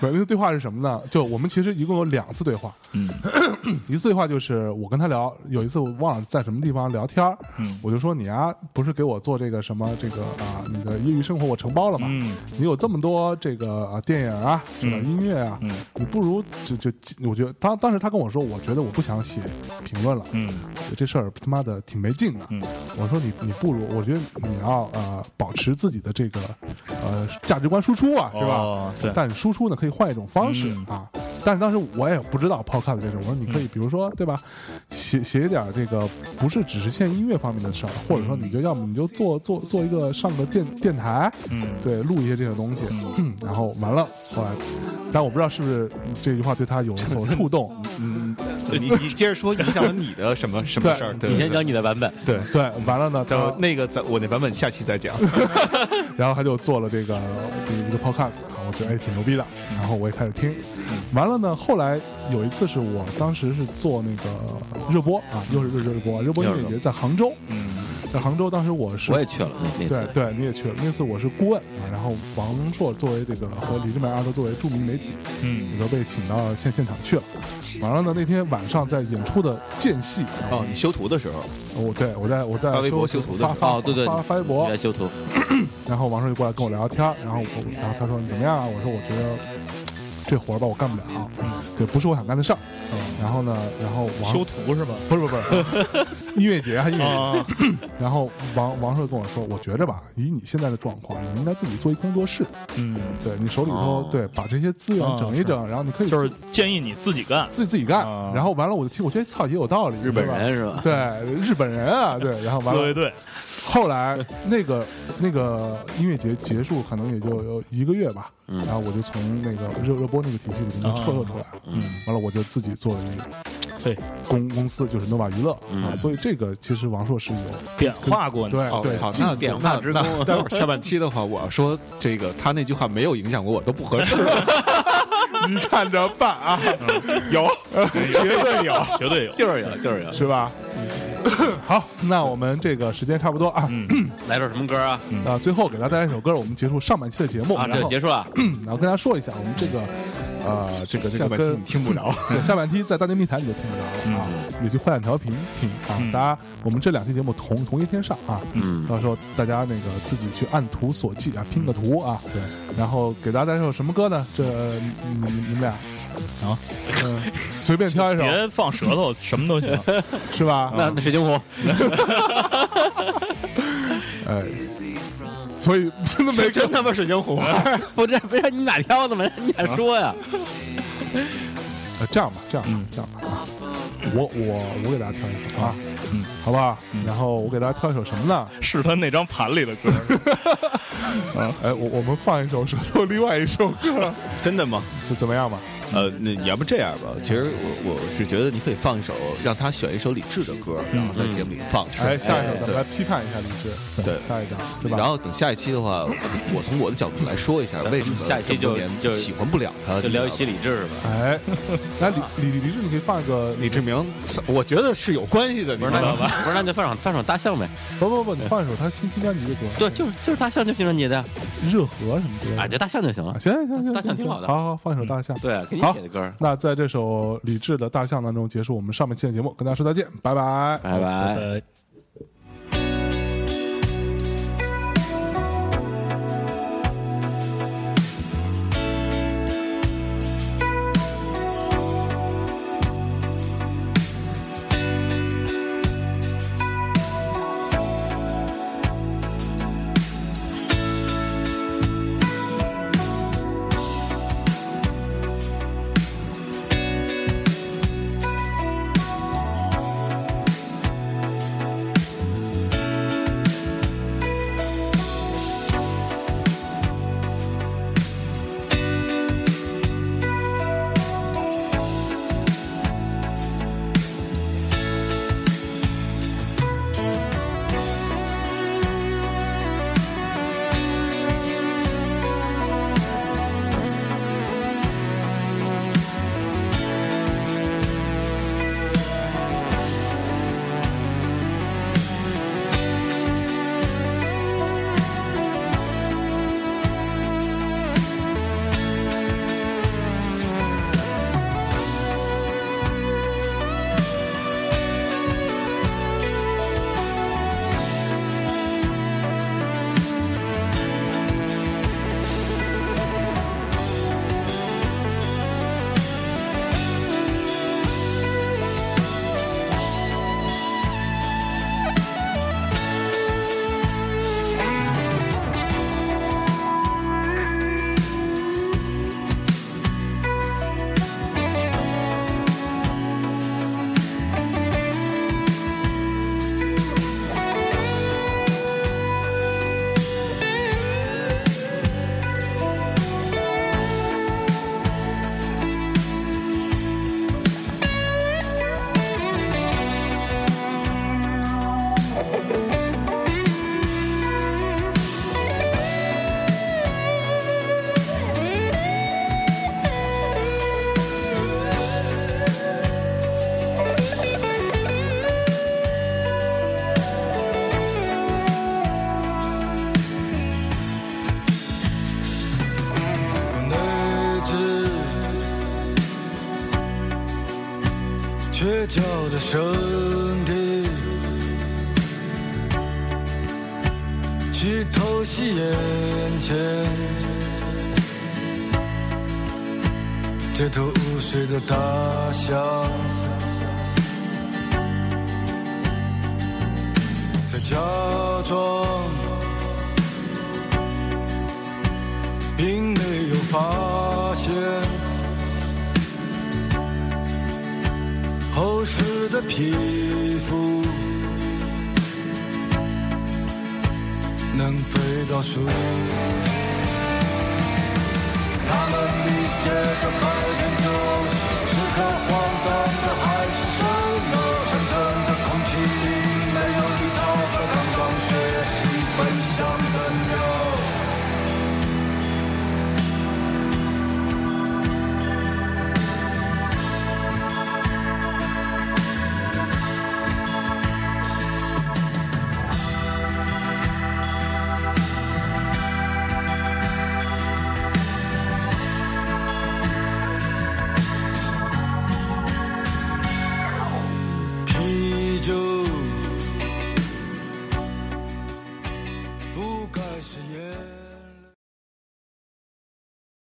Speaker 4: 有那个对话是什么呢？就我们其实一共有两次对话，
Speaker 3: 嗯
Speaker 4: 一次对话就是我跟他聊，有一次我忘了在什么地方聊天儿
Speaker 3: 嗯
Speaker 4: 我就说你啊，不是给我做这个什么这个啊那个业余生活我承包了嘛，
Speaker 3: 嗯
Speaker 4: 你有这么多这个啊电影啊，什么
Speaker 3: 嗯
Speaker 4: 音乐啊，
Speaker 3: 嗯
Speaker 4: 你不如就就我觉得当当时他跟我说，我觉得我不想写评论了，
Speaker 3: 嗯
Speaker 4: 这事儿他妈的挺没劲的。
Speaker 3: 嗯
Speaker 4: 我说你你不如，我觉得你要呃保持自己的这个呃价值观输出啊，是吧？
Speaker 3: 哦对
Speaker 4: 但输出呢可以换一种方式、
Speaker 3: 嗯
Speaker 4: 啊。但是当时我也不知道 podcast 这种，我说你可以比如说对吧，写写一点这个不是只是限音乐方面的事儿，或者说你就要么你就做做做一个上个电电台，
Speaker 3: 嗯
Speaker 4: 对，录一些这个东西，嗯然后完了后来，但我不知道是不是这句话对他有所 触动，
Speaker 1: 你你接着说影响了你的什么什么事儿？对
Speaker 5: 你
Speaker 1: 对
Speaker 5: 先
Speaker 1: 对
Speaker 5: 讲你的版本，
Speaker 1: 对，
Speaker 4: 对，完了呢，
Speaker 1: 然
Speaker 4: 他
Speaker 1: 后那个在我那版本下期再讲。
Speaker 4: 然后他就做了这个一个 podcast，啊，我觉得哎挺牛逼的，
Speaker 5: 嗯
Speaker 4: 然后我也开始听，完了呢，后来有一次是我当时是做那个热播啊，
Speaker 5: 嗯
Speaker 4: 又是热热播，热播音乐节在杭州，在杭州当时我是
Speaker 5: 我也去了那那
Speaker 4: 对
Speaker 5: 次，
Speaker 4: 对，你也去了。那次我是顾问啊，然后王朔作为这个和李志满二都作为著名媒体，
Speaker 3: 嗯
Speaker 4: 也都被请到现现场去了。完了呢，那天晚上在演出的间隙，
Speaker 1: 哦，你修图的时候，
Speaker 4: 我对我在我在
Speaker 1: 发微博
Speaker 4: 修
Speaker 1: 修图的
Speaker 4: 发
Speaker 1: 时候
Speaker 4: 发
Speaker 5: 哦对对
Speaker 4: 发发微博
Speaker 5: 你在，修图，
Speaker 4: 然后王朔就过来跟我聊聊天儿，然后我然后他说你怎么样啊？我说我觉得这活儿吧我干不了，嗯对，不是我想干的事儿。嗯然后呢，然后王
Speaker 3: 修图是吧？
Speaker 4: 不是不是不是音乐节啊音乐节。
Speaker 3: 啊，
Speaker 4: 然后王王朔跟我说，我觉着吧，以你现在的状况，你应该自己做一工作室。
Speaker 3: 嗯，
Speaker 4: 对你手里头，对，把这些资源整一整，然后你可以
Speaker 3: 哦就是建议你自己干，
Speaker 4: 自己自己干
Speaker 3: 啊。
Speaker 4: 然后完了，我就听，我觉得操也有道理，
Speaker 5: 日本
Speaker 4: 对吧。
Speaker 5: 人是吧？
Speaker 4: 对日本人啊，对，然后
Speaker 3: 自
Speaker 4: 完
Speaker 3: 卫
Speaker 4: 了，
Speaker 3: 队，
Speaker 4: 后来那个那个音乐节结束，可能也就有一个月吧，
Speaker 5: 嗯哦
Speaker 4: 然后我就从那个热热播那个体系里面撤退出来了，
Speaker 3: 嗯
Speaker 4: 完了我就自己做了一个
Speaker 3: 对，
Speaker 4: 公公司，就是 nova 娱乐啊，
Speaker 5: 嗯
Speaker 4: 所以这个其实王朔是有
Speaker 3: 点化过你，
Speaker 4: 对
Speaker 1: 哦，
Speaker 4: 对
Speaker 1: 操，
Speaker 4: 进
Speaker 1: 那
Speaker 5: 进点
Speaker 1: 那
Speaker 5: 化之
Speaker 1: 那
Speaker 5: 功
Speaker 1: 待会儿下半期的话，我要说这个他那句话没有影响过我都不合适。你看着办啊，有，绝对有，
Speaker 3: 绝对有。
Speaker 5: 就是有，就是有。
Speaker 4: 是吧？嗯 好，那我们这个时间差不多啊，
Speaker 5: 来首什么歌啊？
Speaker 4: 啊，最后给大家带来一首歌，我们结束上半期的节目，
Speaker 5: 啊，
Speaker 4: 然
Speaker 5: 这
Speaker 4: 后
Speaker 5: 结束了。
Speaker 4: 嗯然后跟大家说一下，我们这个呃，这个这
Speaker 1: 下
Speaker 4: 个
Speaker 1: 半期
Speaker 4: 跟
Speaker 1: 你听不着。
Speaker 4: 对下半期在大内密谈你就听不着了啊，也去坏蛋调频听啊。大家，我们这两期节目同同一天上啊，
Speaker 5: 嗯
Speaker 4: 到时候大家那个自己去按图索骥啊，拼个图啊。对，然后给大家带来一首什么歌呢？这嗯你们你们俩
Speaker 3: 啊，
Speaker 4: 嗯，随便挑一首
Speaker 3: 别放舌头，什么都行。
Speaker 4: 是吧？
Speaker 5: 那那水晶湖，
Speaker 4: 哎，所以真的没
Speaker 1: 真他妈水晶 湖，
Speaker 5: 不是不是你们俩挑的吗？你俩说呀。
Speaker 4: 呃，这样吧，这样吧，这样吧啊，我我我给大家挑一首啊，嗯，好不好？然后我给大家挑一首什么呢？
Speaker 3: 是他那张盘里的歌，
Speaker 4: 哎，我我们放一首舌头，另外一首 歌，
Speaker 1: 真的吗？
Speaker 4: 这怎么样吧？
Speaker 1: 呃，那要不这样吧，其实我我是觉得你可以放一首，让他选一首李志的歌，然
Speaker 5: 嗯
Speaker 1: 后在节目里放。
Speaker 4: 哎，下一首咱
Speaker 1: 对
Speaker 4: 们来批判一下李志，
Speaker 1: 对
Speaker 4: 下一张对吧？
Speaker 1: 然后等下一期的话，我从我的角度来说一下，为什么
Speaker 5: 下一期
Speaker 1: 这么多
Speaker 5: 就
Speaker 1: 年
Speaker 5: 就
Speaker 1: 喜欢不了他，
Speaker 5: 就聊一些
Speaker 1: 李
Speaker 5: 理智是吧？
Speaker 4: 哎，那李李李志，你可以放一个，
Speaker 1: 李志明，我觉得是有关系的，你
Speaker 5: 不
Speaker 1: 知
Speaker 5: 是，
Speaker 1: 道
Speaker 5: 那
Speaker 1: 吗？
Speaker 5: 就不是，那就放首放首大象呗。
Speaker 4: 不不不，你放一首他新新专辑的歌，
Speaker 5: 对，就是就是大象，就新专辑的呀，
Speaker 4: 热河什么之类
Speaker 5: 哎，
Speaker 4: 的。
Speaker 5: 就大象就行了
Speaker 4: 啊，。行行行行，
Speaker 5: 大象挺好的嗯
Speaker 4: 好好放一首大象。
Speaker 5: 对，啊给你
Speaker 4: 好
Speaker 5: 写的歌儿。
Speaker 4: 那在这首李志的《大象》当中结束我们上半期的节目，跟大家说再见，拜拜。
Speaker 5: 拜拜。
Speaker 3: 呃，
Speaker 7: 我息眼前，街头午睡的大象，在假装并没有发现，厚实的皮肤。能飞到树。他们比这个白天重视，是颗荒诞的海市蜃楼。上腾的空气里没有绿草和刚刚学习飞翔的鸟。啤酒不该是烟。